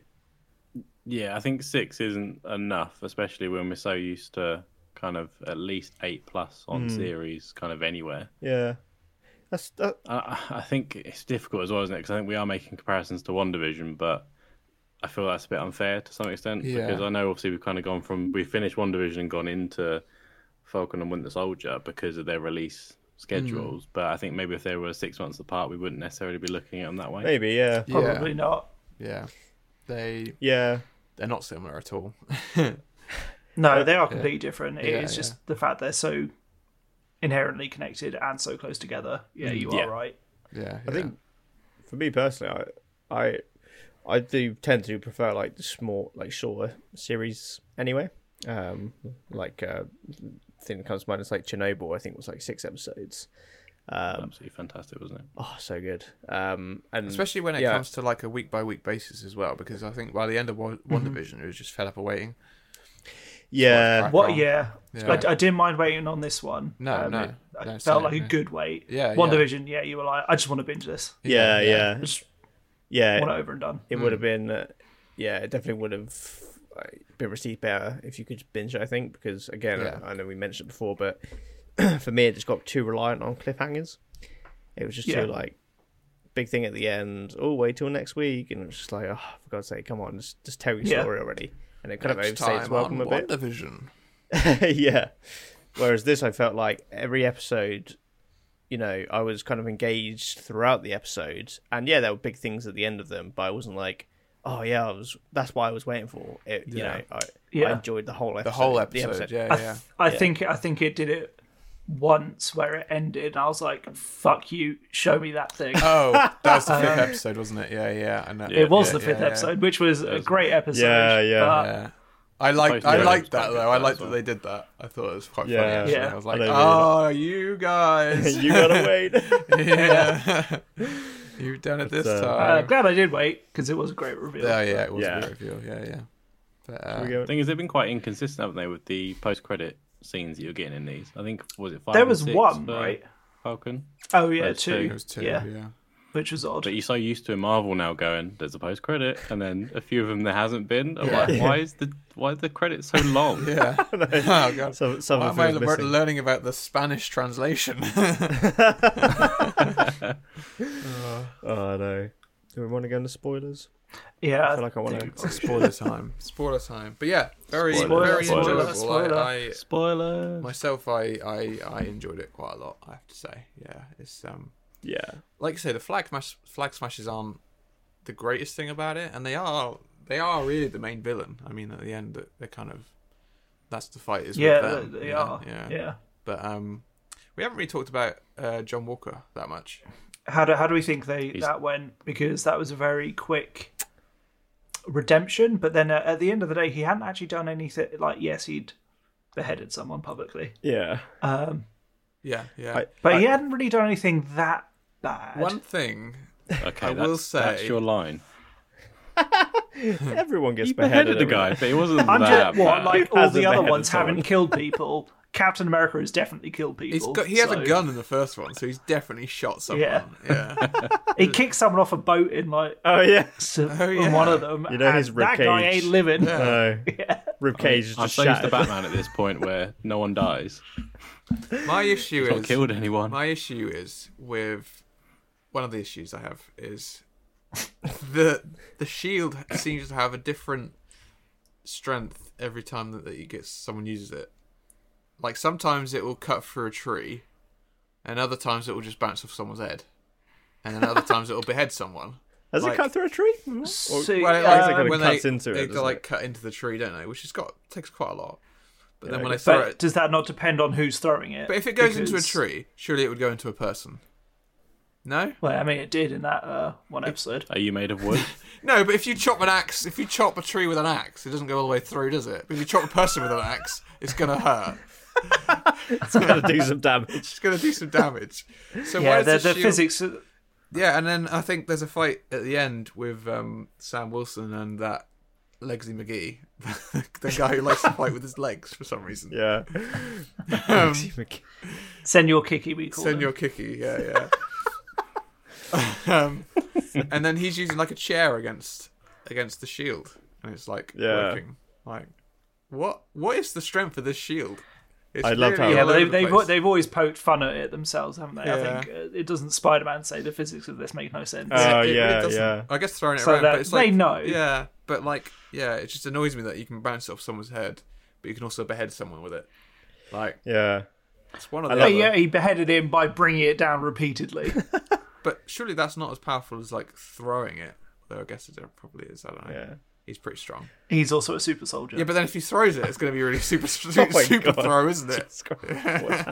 Yeah, I think six isn't enough, especially when we're so used to kind of at least eight plus Hmm. on series, kind of anywhere. Yeah. That's that I, I think it's difficult as well, isn't it? Because I think we are making comparisons to One Division, but I feel that's a bit unfair to some extent Yeah. because I know obviously we've kind of gone from we finished One Division and gone into Falcon and Winter Soldier because of their release Mm. schedules. But I think maybe if they were six months apart, we wouldn't necessarily be looking at them that way. maybe, yeah. Probably not. yeah, they Yeah. they're not similar at all. No, they are completely different. It is Yeah, just the fact they're so inherently connected and so close together. Yeah, Mm. you Yeah. are right. Yeah, I think for me personally, I I I do tend to prefer like the small like shorter series anyway. Um like uh thing that comes to mind is like Chernobyl, I think was like six episodes. Absolutely fantastic, wasn't it? Oh so good. Um and especially when it yeah. comes to like a week by week basis as well, because I think by the end of one, Mm-hmm. one division, it was just fed up of waiting. Yeah. Right. What? Wrong. Yeah, Yeah. I, I didn't mind waiting on this one. Um, No, no, it- I no, felt same, like a yeah. good wait. Yeah, One yeah. division. Yeah, you were like, I just want to binge this. Yeah, Yeah, yeah. yeah. I just Yeah. want it over and done. it would have Mm. been uh, yeah it definitely would have like, been received better if you could binge it i think because again Yeah. I, I know we mentioned it before but for me it just got too reliant on cliffhangers it was just Yeah. too like big thing at the end oh wait till next week and it was just like oh for god's sake come on just, just tell your Yeah. story already and it kind Next of overstays its time welcome on a bit WandaVision. yeah. Whereas this, I felt like every episode, you know, I was kind of engaged throughout the episode, and yeah, there were big things at the end of them, but I wasn't like, oh yeah, I was. That's why I was waiting for it. You Yeah. know, I, I Yeah. enjoyed the whole episode. The whole episode, yeah, I, th- yeah, I think I think it did it once where it ended, and I was like, "Fuck you, show me that thing." Oh, that was the fifth episode, wasn't it? Yeah, yeah. I know. it was Yeah, the fifth yeah, yeah. episode, which was a great episode. Yeah, yeah. but- Yeah. I liked, Both I episodes liked were that good though. I as liked that well. they did that. I thought it was quite Yeah. funny. Actually. Yeah. I was I like, don't oh, really you guys, you gotta wait. yeah, you've done it this uh, Uh, time. glad I did wait because it was a great reveal. oh yeah, it was Yeah. a great reveal. Yeah, yeah. But, uh, We go- The thing is, they've been quite inconsistent, haven't they, with the post-credit scenes that you're getting in these? I think was it five? there and was six one, for right? Falcon. Oh yeah, There's two. two, it was two. Yeah. yeah. which was odd. But you're so used to Marvel now going, there's a post credit, and then a few of them there hasn't been. I'm like, why is the why is the credit so long? Yeah. oh god. Some, some Why of am I the lear- missing. learning about the Spanish translation? oh no. Do we want to go into spoilers? yeah, I feel like I want to. Spoiler time. Spoiler time. But yeah, very Spoiler, very spoiler, enjoyable. spoiler. I, I Spoiler. myself, I, I I enjoyed it quite a lot. I have to say, yeah, it's um Yeah. like you say, the flag smash flag smashes aren't the greatest thing about it, and they are they are really the main villain. I mean, at the end, that they're kind of that's the fight is yeah, with them. they, they yeah, are. yeah. Yeah. But um, we haven't really talked about uh, John Walker that much. How do how do we think they that went? Because that was a very quick redemption. But then uh, at the end of the day, he hadn't actually done anything. Like, yes, he'd beheaded someone publicly, Yeah. Yeah, yeah. I- but he hadn't really done anything that bad. One thing Okay, I that's, will that's say- your line. Everyone gets He beheaded. beheaded the guy, but it wasn't I'm that just what bad. like all Hasn't the other beheaded ones someone. haven't killed people. Captain America has definitely killed people. He's got, he has so- a gun in the first one, so he's definitely shot someone. Yeah. Oh, Yeah. He kicked someone off a boat in like Oh yeah. to yeah. one of them. You know and his that guy ribcage. ain't living. No. Rib cage is I'm just so used to shattered. Batman at this point where no one dies, My issue not is killed anyone. my issue is with one of the issues I have is the the shield seems to have a different strength every time that, that it gets someone uses it. Like sometimes it will cut through a tree, and other times it will just bounce off someone's head, and then other times it will behead someone. Has Like- it cut through a tree? So, Well, uh, like, it kinda when cuts they, into it, they doesn't like it? cut into the tree, don't they? Which has got takes quite a lot. But then Yeah, when I I throw but it, does that not depend on who's throwing it? but if it goes into a Because- tree, surely it would go into a person. No, Well, I mean, it did in that uh, one episode. Are you made of wood? no. But if you chop an axe, if you chop a tree with an axe, it doesn't go all the way through, does it? But if you chop a person with an axe, it's gonna hurt. Gotta do some damage. It's gonna do some damage. So why Yeah, is the, the the shield- physics. uh, Yeah, and then I think there's a fight at the end with um, Sam Wilson and that Legsy McGee, the guy who likes to fight with his legs for some reason. Yeah. Um, Senor Kiki, we call Senor Senor... Kiki, yeah, yeah. um, and then he's using like a chair against against the shield, and it's like Yeah. working. Like, what what is the strength of this shield? It's I love how- really Yeah, all but over they've, the they've, place. they've always poked fun at it themselves, haven't they? Yeah. I think uh, it doesn't Spider Man say the physics of this make no sense. Uh, Oh, It really yeah, doesn't- yeah. I guess throwing it So around, that but it's like they know. Yeah, but like, yeah, it just annoys me that you can bounce it off someone's head, but you can also behead someone with it. Like, Yeah. it's one of I the love other. it. yeah, he beheaded him by bringing it down repeatedly. But surely that's not as powerful as like throwing it. Though I guess it probably is. I don't know. Yeah. He's pretty strong. He's also a super soldier. Yeah, but then if he throws it, it's going to be really super Oh super, my super God. throw, isn't it?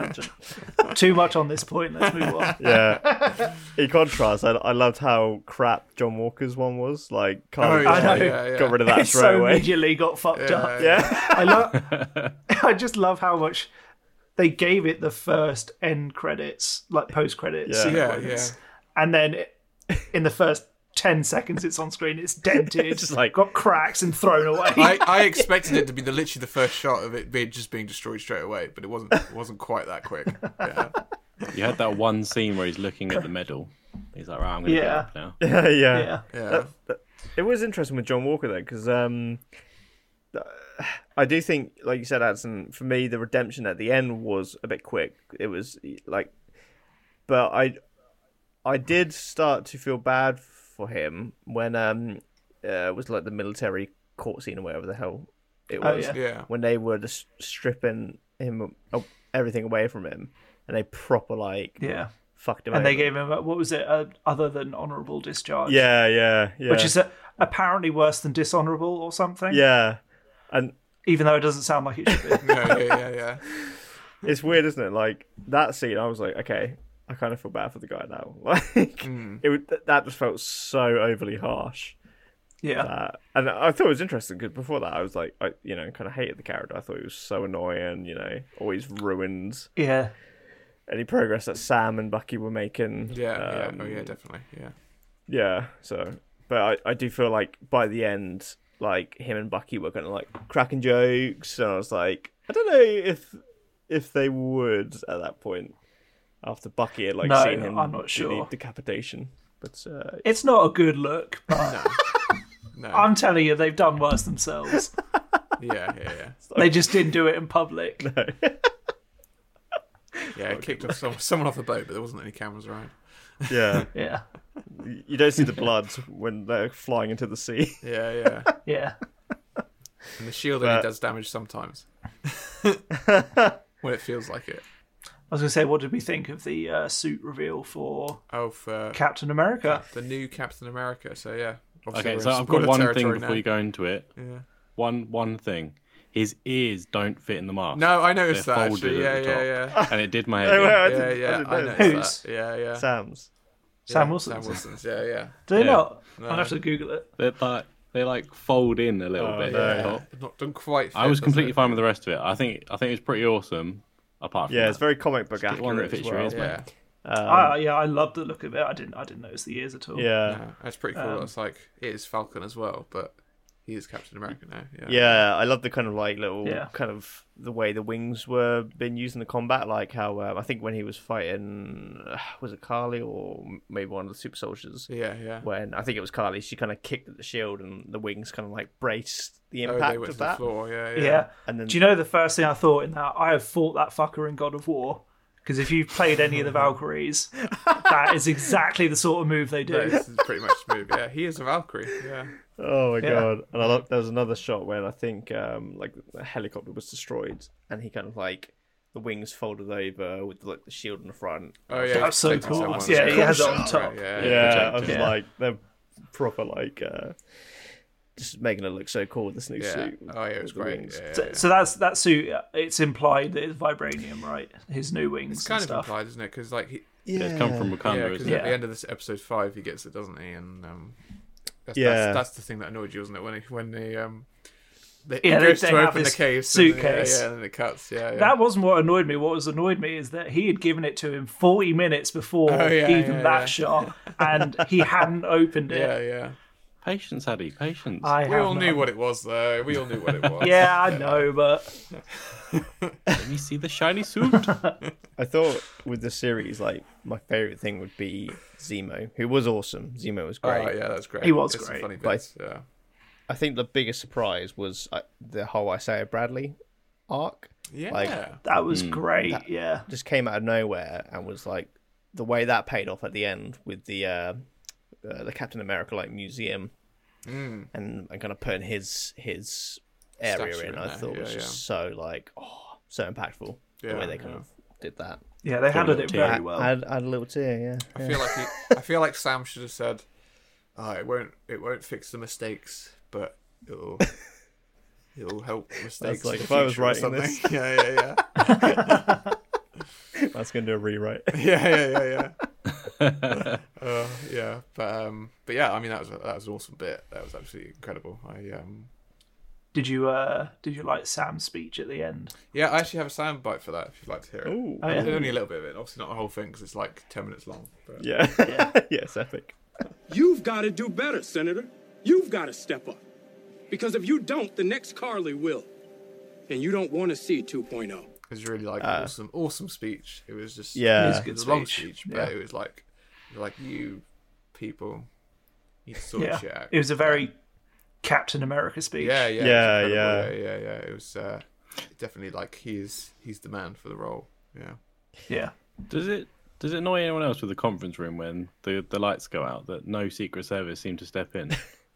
Too much on this point. Let's move on. Yeah. In contrast, I, I loved how crap John Walker's one was. Like, Carl Oh, yeah, just, like, yeah, yeah. got rid of that it straight so away. immediately got fucked up. Yeah. I love. I just love how much they gave it the first end credits, like post credits Yeah. Yeah, sequence, yeah. and then it- in the first ten seconds it's on screen, it's dented, Just like- got cracks and thrown away. I, I expected it to be the literally the first shot of it being just being destroyed straight away, but it wasn't. It wasn't quite that quick. Yeah. you had that one scene where he's looking at the medal. He's like, right, I'm going to Yeah. yeah. up now. yeah. yeah, Yeah. It was interesting with John Walker though, because um, I do think, like you said, Adson, for me, the redemption at the end was a bit quick. It was like, but I, I did start to feel bad for him when um, uh, it was like the military court scene or whatever the hell it Oh, was yeah. Yeah. when they were just stripping him oh, everything away from him, and they proper like yeah. fucked him. And they over. gave him a, what was it? A, other than honourable discharge, yeah, yeah, yeah, which is a, apparently worse than dishonourable or something. yeah, and even though it doesn't sound like it should be. No, yeah, yeah, yeah. it's weird, isn't it? Like that scene, I was like, okay, I kind of feel bad for the guy now. Like Mm. it would, th- that just felt so overly harsh. Yeah, Uh, and I thought it was interesting because before that, I was like, I you know kind of hated the character. I thought he was so annoying. You know, always ruins yeah. any progress that Sam and Bucky were making. Yeah, Um, yeah, oh yeah, definitely, yeah. yeah. So, but I, I do feel like by the end, like him and Bucky were kind of like cracking jokes, and I was like, I don't know if if they would at that point after Bucky had like No, seen him I'm not do sure. the decapitation. But uh, It's not a good look, but No, I'm telling you, they've done worse themselves. yeah, yeah, yeah, they just didn't do it in public. yeah. it kicked off some, someone off the boat, but there wasn't any cameras around. yeah, Yeah, you don't see the blood when they're flying into the sea. Yeah, yeah. yeah. And the shield But- only does damage sometimes when it feels like it. I was gonna say, what did we think of the uh, suit reveal for Oh, for Captain America? the new Captain America. So yeah. Obviously, Okay, we're so in I've spoiler got one thing territory before now. you go into it. Yeah. One one thing. His ears don't fit in the mask. No, I noticed They're that. folded Actually. Yeah, at the yeah, yeah, And it did my Oh, head. I yeah, didn't- I yeah. didn't I know. noticed Whose? that. Yeah, yeah. Sam's. Sam Wilson. Sam Wilson's. Yeah, yeah. Do they Yeah. not? I'll have to Google it. They like they like fold in a little Oh, bit. no. at the top. Not done quite. Fit, I was does completely it? fine with the rest of it. I think I think it's pretty awesome. Apart from Yeah, that. it's very comic book Get one accurate that as fits your well. ears, mate. Yeah, Ah, yeah, I love the look of it. I didn't, I didn't notice the ears at all. Yeah. yeah. That's pretty cool. That's like it is Falcon as well, but he is Captain America now. Yeah. Yeah, I love the kind of like little Yeah. kind of the way the wings were being used in the combat. Like how um, I think when he was fighting, was it Carly or maybe one of the super soldiers? Yeah, yeah. When I think it was Carly, she kind of kicked at the shield and the wings kind of like braced the Oh, impact they went of to the that. floor. Yeah, yeah. yeah. And then Do you know the first thing I thought in that? I have fought that fucker in God of War. Because if you've played any of the Valkyries, that is exactly the sort of move they do. This is pretty much the move. Yeah, he is a Valkyrie. Yeah. Oh my Yeah. god! And I love, there was another shot where I think um, like the helicopter was destroyed, and he kind of like the wings folded over with like the shield in the front. Oh yeah. That's so he's taking cool. someone. Yeah, he has it Right, on top. Yeah. yeah, I was protected. like they're proper like uh, just making it look so cool. with This new Yeah. suit. Oh yeah, it was with the great. wings. Yeah, So, yeah. so that's that suit. It's implied that it's vibranium, right? His new wings It's kind and of stuff. implied, isn't it? Because like he, Yeah, It's come from yeah, Wakanda, because at isn't it? Yeah. the end of this episode five, he gets it, doesn't he? And um, that's, Yeah. that's, that's the thing that annoyed you, wasn't it? When he, when the um, the, Yeah, he they- goes they to have open the this case, suitcase. and, yeah, yeah, and it cuts, yeah, yeah. That wasn't what annoyed me. What was annoyed me is that he had given it to him 40 minutes before Oh, yeah, even yeah, that yeah. shot, and he hadn't opened it. yeah, yeah. Patience, Addy, patience. I We have all not. knew what it was, though. We all knew what it was. Yeah, I know, but Let me see the shiny suit. I thought with the series, like my favorite thing would be Zemo, who was awesome. Zemo was All great. right, yeah, that's great. He was There's some great. Funny But- bits, yeah. I think the biggest surprise was uh, the whole Isaiah Bradley arc. Yeah. that Hmm. was great. yeah, Just came out of nowhere and was like the way that paid off at the end with the uh, uh, the Captain America like museum Mm. and and kind of putting his his area Statue in. in I there, thought was yeah, just so like oh so impactful the Yeah, way they kind yeah. of did that. yeah, they handled it team. very I- well. I had, I had a little tear. Yeah, I feel like he, I feel like Sam should have said, oh, "It won't, it won't fix the mistakes, but it'll, it'll help the mistakes." like in if the I was future or writing something." this. yeah, yeah, yeah. that's gonna do a rewrite. yeah, yeah, yeah, yeah. uh, yeah, but um, but yeah, I mean that was a, that was an awesome bit. That was absolutely incredible. I um, Did you uh did you like Sam's speech at the end? yeah, I actually have a soundbite for that if you'd like to hear it. Ooh. Oh, yeah. Only a little bit of it, obviously not the whole thing because it's like ten minutes long. But... Yeah, yes, epic. You've got to do better, Senator. You've got to step up. Because if you don't, the next Carly will. And you don't want to see oh. 2.0. It was really like awesome, awesome speech. It was just Uh, Yeah. It was a it good was a long speech. speech, but Yeah. it was like like you people need to sort Yeah, shit out. it was a very Captain America speech. yeah, yeah, it was Yeah, incredible. yeah. yeah, yeah, yeah. It was uh, definitely like he's he's the man for the role. Yeah, yeah. Does it does it annoy anyone else with the conference room when the, the lights go out that no Secret Service seem to step in?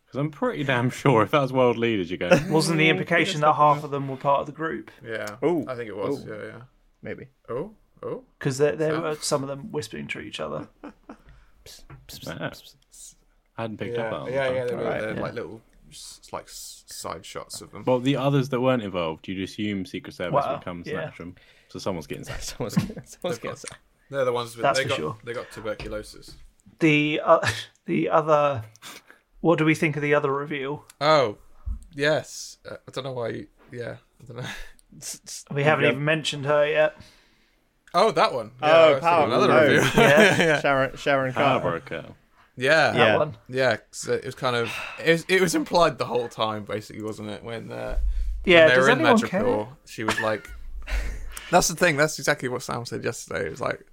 Because I'm pretty damn sure if that's world leaders, you go. Wasn't the implication that half of them were part of the group? yeah. Ooh, I think it was. ooh. Yeah, yeah. Maybe. Oh, oh. Because there, there were some of them whispering to each other. "Ah." I hadn't picked Yeah, up on that. yeah, yeah. They were Alright, they're like little, s- like s- side shots of them. Well, the others that weren't involved, you'd assume Secret Service Wow, would come yeah. snatch them. So someone's getting snatched. Someone's, someone's getting They're the ones with That's they for got sure. they got tuberculosis. The uh, the other, what do we think of the other reveal? Oh, yes. Uh, I don't know why. You, yeah, I don't know. We haven't even mentioned her yet. Oh, that one. Yeah, I Oh, was thinking power. Another no. review. Yeah, Sharon Sharon Power Carter. broker. Yeah, that Yeah. one. yeah. 'cause it was kind of it was, it was implied the whole time, basically, wasn't it? When uh, Yeah, they does were in anyone Madripoor, care? she was like, "That's the thing. That's exactly what Sam said yesterday." It was like,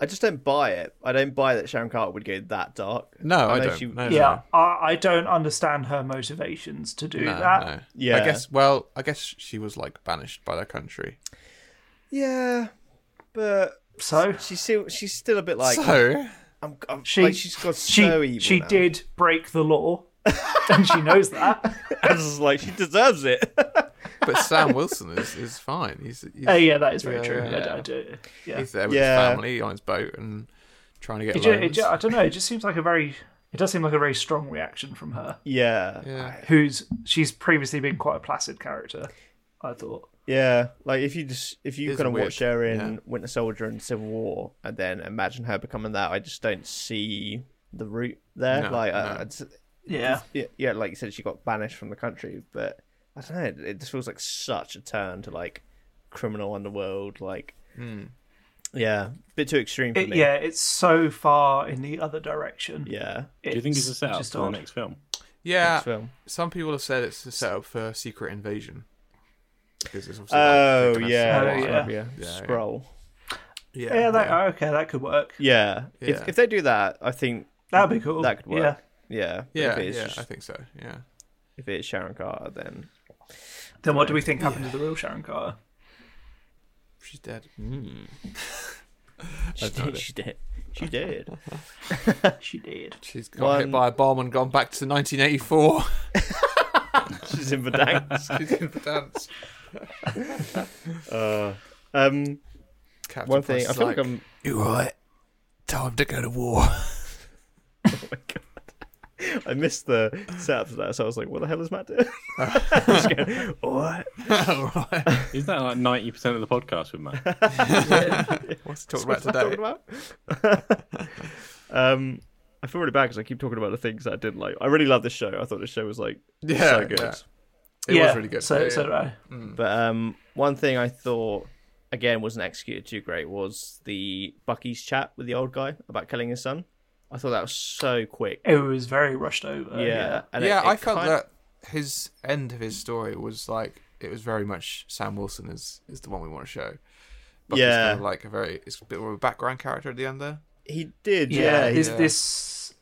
I just don't buy it. I don't buy that Sharon Carter would go that dark. "No, I, know don't." she- no, Yeah, I, I don't understand her motivations to do no, no, that. no. Yeah. I guess. Well, I guess she was like banished by their country. Yeah, but So she's still she's still a bit like so I'm, I'm, she like she's got she so evil. she now. did break the law, and she knows that. I was just like she deserves it. but Sam Wilson is, is fine. He's he's, Oh yeah, that is very Yeah, true. yeah, I, yeah. I do. Yeah. he's there with Yeah. his family on his boat and trying to get. It ju- loans. it ju- I don't know. It just seems like a very. It does seem like a very strong reaction from her, Yeah, yeah. who's she's previously been quite a placid character. I thought. yeah. Like if you just if you It's kind of weird, watch her in yeah. Winter Soldier and Civil War, and then imagine her becoming that, I just don't see the route there. No, like uh, no. I just- Yeah. yeah, yeah, like you said, she got banished from the country, but I don't know. It, it just feels like such a turn to like criminal underworld, like yeah, bit too extreme for It, me. yeah, it's so far in the other direction. yeah. Do you think it's a setup just for the odd. next film? Yeah, Next film. some people have said it's a setup for Secret Invasion. Because it's obviously, Oh like, taken us yeah, a Oh, while. yeah. yeah, Yeah, yeah. scroll. yeah, Yeah, that, yeah. oh, okay, that could work. Yeah. Yeah. If if they do that, I think That'd be cool. that could work. Yeah, But yeah, If it's yeah, just- I think so. Yeah, if it's Sharon Carter, then Yeah. Then what do we think happened to the real Sharon Carter? she's dead. Mm-hmm. she did, she did. She did. She did. She's got One- hit by a bomb and gone back to 1984. She's in the dance. she's in the dance. um, Captain one thing. Price I is feel like, I'm. You right? Time to go to war. Oh my god. I missed the setup for that, so I was like, "What the hell is Matt doing?" Just going, what? All right. Is that like ninety percent of the podcast with Matt? What's to talk about What am I today? talking about? um, I feel really bad because I keep talking about the things that I didn't like. I really love this show. I thought this show was like Yeah, so good. yeah. It yeah, was really good. So, Yeah, so yeah. did I. But um, one thing I thought again wasn't executed too great was the Bucky's chat with the old guy about killing his son. I thought that was so quick. It was very rushed over. Yeah, and it- yeah, it I felt kind- that his end of his story was like it was very much Sam Wilson is is the one we want to show. But it's Yeah. kind of like a very it's a bit more of a background character at the end there. he did. yeah, Yeah, he- this this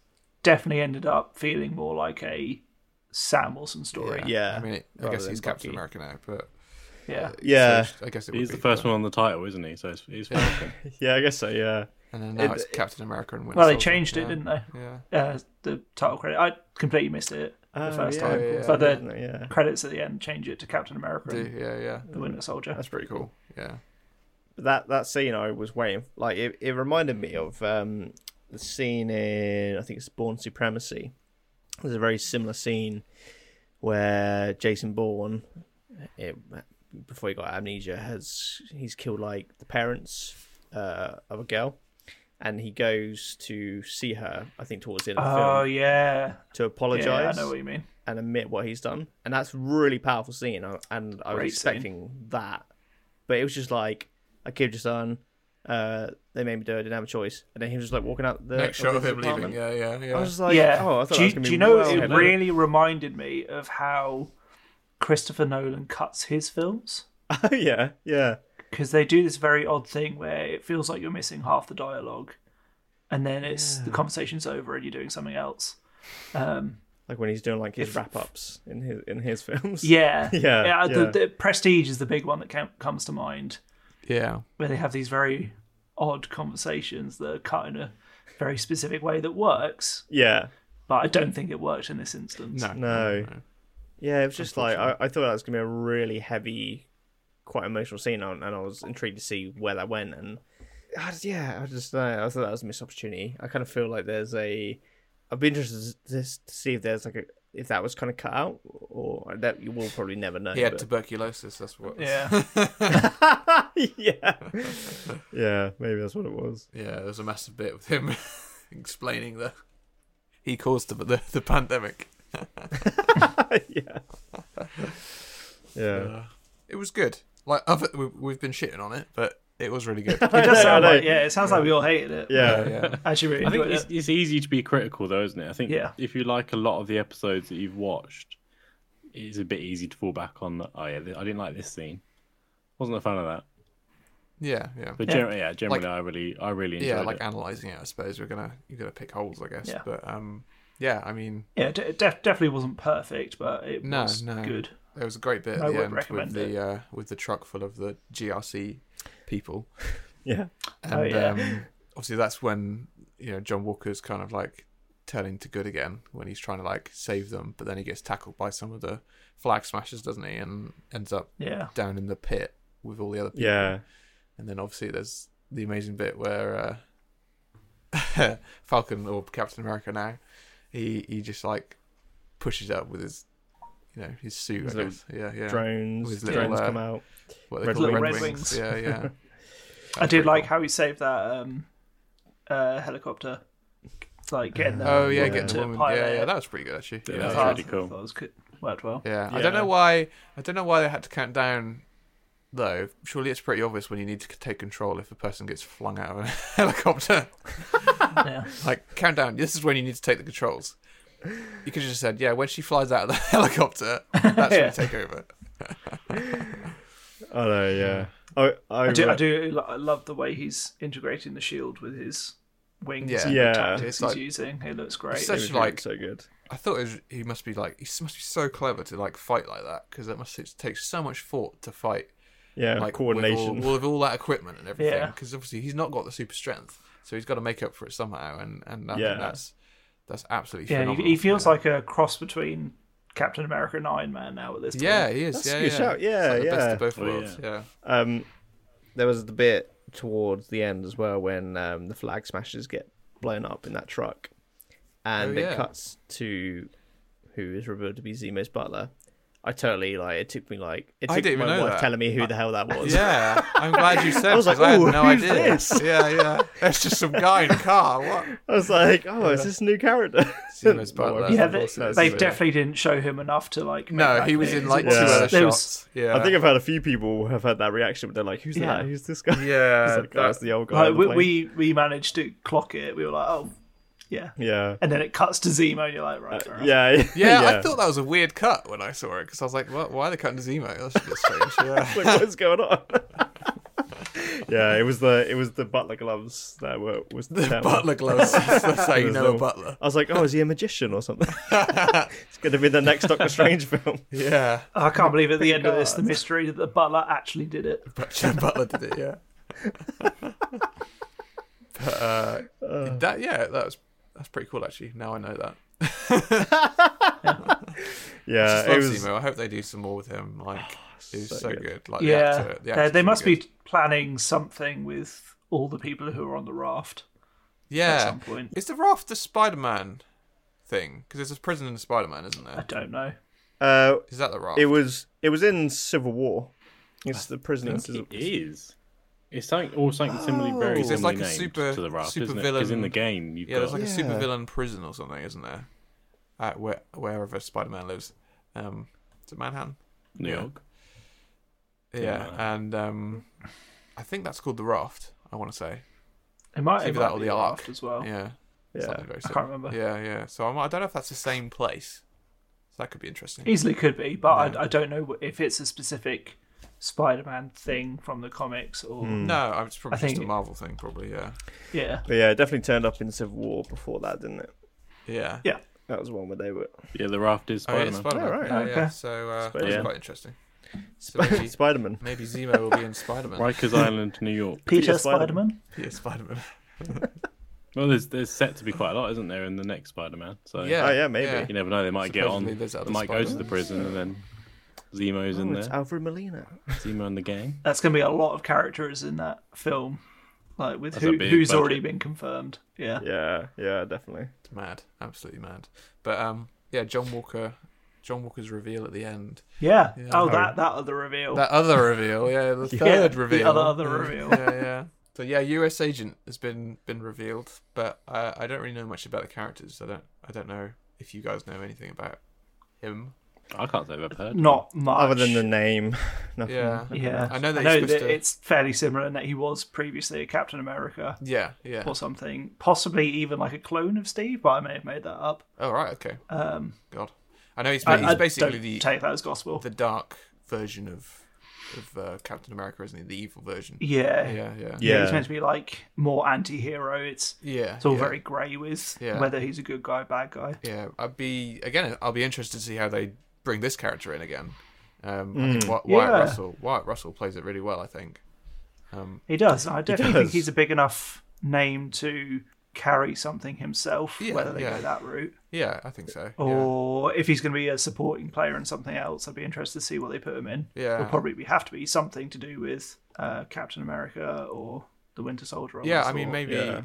definitely ended up feeling more like a Sam Wilson story. Yeah. I mean, it, I Rather guess than he's Captain Bucky. America now, but Yeah. yeah, so I guess it would He's the be, first but- one on the title, isn't he? So it's, it's fine. yeah. I guess so. Yeah, and then now It- it's Captain America and Winter Well, they Soldier. changed it, Yeah. didn't they? Yeah, Uh, the title credit. I completely missed it the Oh, first yeah, time. yeah, but the yeah, yeah. credits at the end change it to Captain America Do- and yeah, yeah. the Winter Soldier. That's pretty cool. Yeah, But that that scene I was waiting. Like it, it reminded me of um, the scene in I think it's Born Supremacy. There's a very similar scene where Jason Bourne, it, before he got amnesia, has he's killed like the parents uh, of a girl, and he goes to see her. I think towards the end of the Oh film yeah. to apologize yeah, I know what you mean. and admit what he's done, and that's a really powerful scene. I- And I was Great expecting that, but it was just like I killed your son. Uh, they made me do it. I didn't have a choice. And then he was just like walking out the next shot of him leaving. apartment. Yeah, yeah, yeah. I was just like, yeah. oh, I do, thought that you- was gonna be do you know? well it headed. really reminded me of how Christopher Nolan cuts his films yeah, yeah, because they do this very odd thing where it feels like you're missing half the dialogue, and then it's the conversation's over and you're doing something else. Um, like when he's doing like his wrap ups in his in his films. yeah, Yeah, The, yeah. the Prestige is the big one that cam- comes to mind, yeah. where they have these very odd conversations that are cut in a very specific way that works, yeah, but I don't think it worked in this instance. No, no, yeah. It was just like I, I thought that was gonna be a really heavy, quite emotional scene, and and I was intrigued to see where that went. And I just- yeah, I just uh, I thought that was a missed opportunity. I kind of feel like there's a. I'd be interested to, s- to see if there's like a if that was kind of cut out, or that you will probably never know. He had but- tuberculosis. That's what. Yeah, yeah, yeah. Maybe that's what it was. Yeah, there's a massive bit with him explaining that he caused the the, the pandemic. yeah. Yeah. Uh, it was good. Like other, we, we've been shitting on it, but it was really good. it does I sound know. like yeah, it sounds like we all hated it. Yeah. yeah, I actually really I think enjoyed it's, it. it's easy to be critical, though, isn't it? I think Yeah. if you like a lot of the episodes that you've watched, it's a bit easy to fall back on. that, Oh yeah, th- I didn't like this scene. Wasn't a fan of that. yeah, yeah. But Yeah. generally, yeah, generally, Like- I really, I really enjoyed yeah, like it. analyzing it, I suppose we're gonna you're gonna pick holes, I guess. Yeah. But um, yeah, I mean, Yeah, de- it def- definitely wasn't perfect, but it No, was no. good. there was a great bit at I the would end with recommend the it. uh, with the truck full of the GRC people, Yeah. and Oh, yeah. um, obviously that's when you know John Walker's kind of like turning to good again when he's trying to like save them, but then he gets tackled by some of the flag smashers, doesn't he? And ends up Yeah, down in the pit with all the other people. Yeah. And then obviously there's the amazing bit where uh, Falcon or Captain America now, he he just like pushes up with his you know his suit. His I little guess. Yeah, yeah. Drones. With little, Drones uh, come out. What are they Red called? Little Red Wings. Yeah, yeah. I did like how he saved that um, uh, helicopter, like getting the Oh yeah, woman getting to the woman. pilot Yeah, yeah, it. that was pretty good actually. Yeah, Yeah. that I was really thought- cool. thought it was good. Worked well. Yeah, I don't Yeah. know why. I don't know why they had to count down. Though, surely it's pretty obvious when you need to c- take control if a person gets flung out of a helicopter. Yeah. Like, count down. This is when you need to take the controls. You could have just said, yeah, when she flies out of the helicopter, that's when Yeah. you take over. Oh no. Yeah. I I, I do, I re- do. lo- I love the way he's integrating the shield with his wings Yeah. and Yeah. the tactics It's he's like- using. It looks great. such- it was like- so good. I thought it was, he must be like, he must be so clever to like fight like that because that must it takes so much thought to fight Yeah. like coordination. with all, with all that equipment and everything. Yeah. Because obviously he's not got the super strength, so he's got to make up for it somehow. And and I Yeah. think that's that's absolutely yeah, he, phenomenal. he feels Yeah. like a cross between Captain America and Iron Man now at this point. yeah, he is. That's a yeah, good yeah. shout. It's like Yeah, the best yeah. of both Oh, worlds. Yeah. Um, there was the bit towards the end as well when um, the flag smashers get blown up in that truck, and Oh, yeah. it cuts to who is revealed to be Zemo's butler. I totally like. It took me like it I took didn't my even know wife that. telling me who the hell that was. Yeah, I'm glad you said. was like, 'cause I had "Ooh, no who's idea. this?" Yeah, yeah. That's just some guy in a car. What? I was like, oh, is this a new character? Zemo's My wife butler. was yeah, like, they, "What's that?" they yeah. definitely didn't show him enough to like. make No, that he was clear. in like two It was- other there was- shots. Yeah, I think I've had a few people have had that reaction, but they're like, "Who's Yeah. that? Who's this guy?" Yeah, It's like, oh, that- it's the old guy. Like, on the we, plane." we we managed to clock it. We were like, oh, yeah. yeah, Uh, And then it cuts to Zemo, and you're like, right, fair enough. yeah, Yeah, I thought that was a weird cut when I saw it because I was like, "What? Why are they cutting to Zemo? That's a bit strange." Yeah. like, what's going on? yeah, it was the it was the butler gloves that were was the butler gloves. That's how you was know a the- butler. I was like, oh, is he a magician or something? it's going to be the next Doctor Strange film. Yeah, I can't believe at the end of this, the mystery that the butler actually did it. but Jim Butler did it. Yeah. but uh, that yeah, that was that's pretty cool actually. Now I know that. Yeah, Just Uh, it love was. Zemo. I hope they do some more with him. Like he's so, so good. good. Like the Yeah, actor, the they- actor's they really must good. be planning something with all the people who are on the raft. yeah. at some point. Is the raft the Spider-Man thing? Because there's a prison in Spider-Man, isn't I there? don't know. Uh, Is that the raft? it was it was in Civil War. It's the prisoners. It is. It's something or something similarly very 'Cause it's similarly Oh. like a named super- to the raft, super isn't it? Because in villain- the game you've yeah, got there's like a Yeah. supervillain prison or something, isn't there? At where wherever Spider-Man lives. Um, is it Manhattan? New yeah. York. Yeah, and um, I think that's called the raft. I want to say. It might It's it either might that or be the a raft Ark. as well. Yeah. Yeah, Something very I similar. can't remember. Yeah, yeah. So I'm, I don't know if that's the same place. So that could be interesting. Easily could be, but Yeah. I, I don't know if it's a specific Spider-Man thing from the comics or Hmm. No, I'm- it's probably I just think- a Marvel thing, probably. Yeah, yeah, but yeah, it definitely turned up in Civil War before that, didn't it? yeah. yeah. That was one where they were Yeah, the raft is Oh, yeah, Spider it's Man. Spider-Man. Alright. yeah, yeah. Okay. So uh, Spider- that's Yeah. quite interesting. So maybe, Spider Man. maybe Zemo will be in Spider-Man. Rikers Island, New York. Peter Peter Spider-Man. Spider-Man. Yeah, Spider-Man. Well, there's there's set to be quite a lot, isn't there, in the next Spider Man? So Yeah. Oh, yeah, maybe. you never know. They might get on. Supposedly there's They other might go to the Spider-Mans. prison, and then Zemo's in Oh, it's there. Alfred Molina. Zemo and the gang. That's going to be a lot of characters in that film, like with a who, big who's budget. already been confirmed. Yeah, Yeah, yeah, definitely. Mad, absolutely mad. But um, yeah, John Walker. John Walker's reveal at the end. yeah. Yeah. oh, that that other reveal. That other reveal, yeah, the Yeah, third the reveal. other other Yeah, reveal. Yeah, yeah. So yeah, U.S. Agent has been been revealed, but I, I don't really know much about the characters. I don't I don't know if you guys know anything about him. I can't say I've ever heard. Not much. Other than the name, nothing. Yeah, yeah, I know that, I he's know supposed that to- it's fairly similar in that he was previously a Captain America Yeah, yeah. or something, possibly even like a clone of Steve, but I may have made that up. Oh right, okay. Um, God, I know he's, I- he's I basically don't the take that as gospel. the dark version of of uh, Captain America, isn't he? The evil version. yeah, Yeah, yeah, Yeah. He's meant to be like more anti-hero. It's yeah. it's all yeah. very grey with Yeah. whether he's a good guy, bad guy. Yeah, I'd be again. I'll be interested to see how they bring this character in again. Um, I think Wy- Wyatt Yeah. Russell, Wyatt Russell plays it really well. I think. Um, He does. I definitely think does. he's a big enough name to carry something himself, Yeah, whether they yeah. go that route. yeah, I think so. yeah. Oh, Or if he's going to be a supporting player in something else, I'd be interested to see what they put him in. Yeah. It'll probably be, have to be something to do with uh, Captain America or the Winter Soldier. Yeah, I or- mean maybe yeah.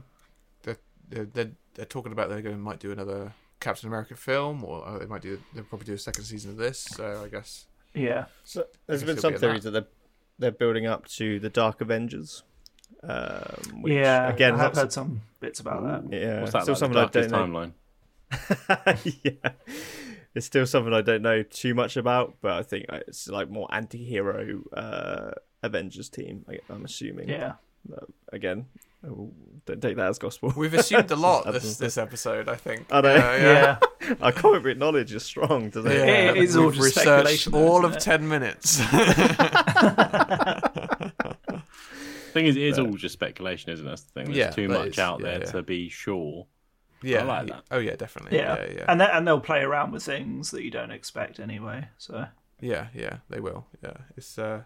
they're, they're they're they're talking about they going might do another Captain America film, or uh, they might do they'll probably do a second season of this. So I guess Yeah. So, there's guess been he'll some be in theories that. that they're they're building up to the Dark Avengers. Um, which, yeah. again, I have not- heard some bits about that. yeah, What's that still like? something I The darkest don't know. timeline. yeah, it's still something I don't know too much about, but I think it's like more anti-hero uh, Avengers team. I, I'm assuming. Yeah. Uh, again, I will- don't take that as gospel. we've assumed a lot this this episode. I think. I know. Yeah, Yeah. Our comic knowledge is strong Uh, today. Yeah, It is all we've just researched speculation, though, all isn't of it? ten minutes. thing is, it's all just speculation, isn't it? That's the thing. There's Yeah, too that much is- out yeah, there yeah. to be sure. yeah. like that. Oh yeah, definitely. Yeah. yeah, yeah. And, they- and they'll play around with things that you don't expect anyway. So. Yeah, yeah, they will. Yeah, it's uh,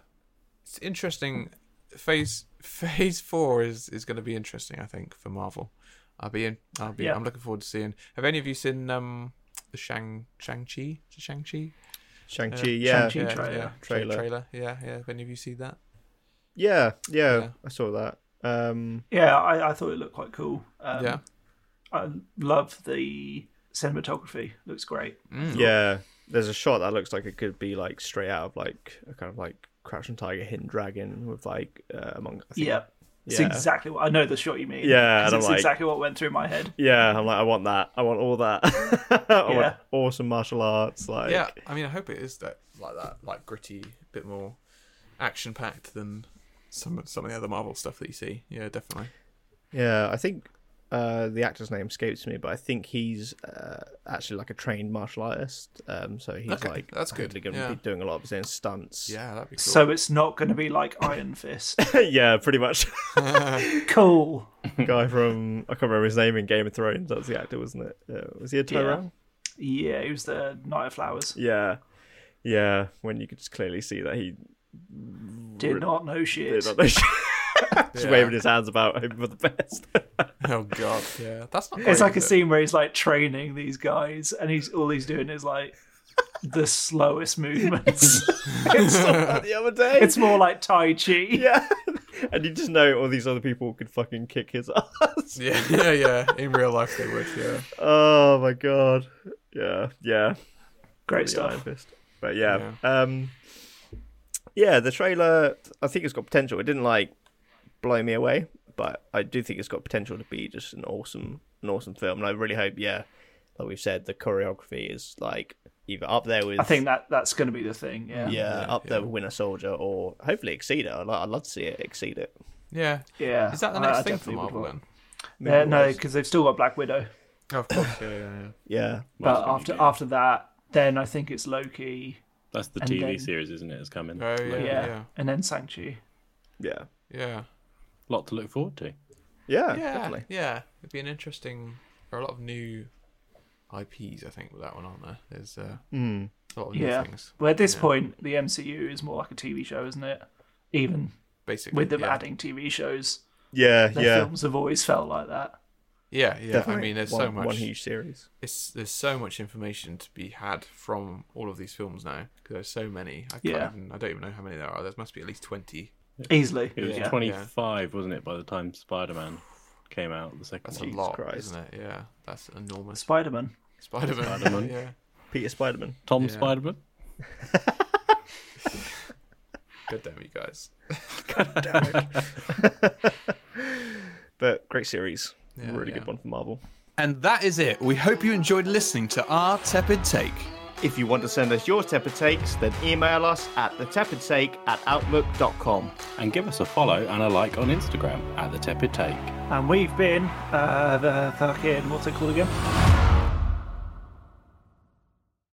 it's interesting. Phase Phase Four is is going to be interesting, I think, for Marvel. I'll be in. I'll be. Yeah. I'm looking forward to seeing. Have any of you seen um the Shang Shang Chi? Shang Chi. Shang Chi, yeah, Shang-Chi. yeah, yeah, trailer. yeah, Trailer. trailer. Yeah, yeah. Have any of you seen that? yeah, Yeah. I saw that. Um, Yeah, I, I thought it looked quite cool. Um, yeah, I love the cinematography. Looks great. Mm-hmm. Yeah, there's a shot that looks like it could be like straight out of like a kind of like Crouching Tiger, Hidden Dragon with like uh, among. I think- Yeah. It's Yeah. exactly what I know the shot you mean. Yeah, 'cause and I'm it's like- exactly what went through my head. Yeah, I'm like, I want that. I want all that. I Yeah. want awesome martial arts. Like, yeah, I mean, I hope it is that like that, like gritty, bit more action packed than some some of the other Marvel stuff that you see. Yeah, definitely. Yeah, I think uh, the actor's name escapes me, but I think he's uh, actually like a trained martial artist. Um, so he's Okay, like that's good, Going to yeah. be doing a lot of his own stunts. Yeah, that'd be cool. So it's not going to be like Iron Fist. yeah, pretty much. cool. Guy from I can't remember his name in Game of Thrones. That was the actor, wasn't it? Yeah. Was he a Tyrell? Yeah, it was the Night of Flowers. Yeah. yeah, When you could just clearly see that he Did not know shit. did not know shit. just waving his hands about, hoping for the best. oh god, yeah, that's not. It's great, like a is it? scene where he's like training these guys, and he's all he's doing is like the slowest movements. the other day, it's more like Tai Chi. yeah. And you just know all these other people could fucking kick his ass. Yeah, yeah, yeah. In real life, they would. Yeah, Oh my god. Yeah, yeah. Great The Iron stuff. Fist. But yeah. Um Yeah, the trailer I think it's got potential. It didn't like blow me away, but I do think it's got potential to be just an awesome an awesome film. And I really hope, yeah, like we've said, the choreography is like either up there with I think that that's going to be the thing. Yeah. yeah, up there with Winter Soldier or hopefully exceed it. I'd, lo- I'd love to see it exceed it. yeah. Yeah. Is that the I- next I thing for definitely would Marvel want- then? Oh, Yeah, no, because they've still got Black Widow. Of course, yeah, yeah, yeah. Yeah. But after after that, then I think it's Loki. That's the And TV then- series, isn't it? It's coming. Oh yeah, Yeah. yeah, yeah. And then Sanchi. Yeah. yeah. lot to look forward to. Yeah, yeah, definitely. yeah. It'd be an interesting. There are a lot of new IPs, I think, with that one, aren't there? There's uh, a lot of new Hmm. Yeah. things, Well, at this point, the MCU is more like a TV show, isn't it? Even basically. with them yeah. adding TV shows, Yeah, their yeah. films have always felt like that. Yeah, yeah. I Definitely. mean, there's one, so much. one huge series. It's there's so much information to be had from all of these films now because there's so many. I can't Yeah. even, I don't even know how many there are. There must be at least twenty. Easily. It was yeah. 25, wasn't it, by the time Spider Man came out, the second That's one? a lot, Christ. isn't it? Yeah, that's enormous. Spider Man. Spider Man. yeah, Peter Spiderman. Tom Yeah. Spider Man? god damn you guys. But great series. Yeah, really yeah. good one for Marvel. And that is it. We hope you enjoyed listening to our tepid take. If you want to send us your tepid takes, then email us at thetepidtake at outlook.com. And give us a follow and a like on Instagram at The Tepid Take. And we've been uh, the fucking, what's it called again?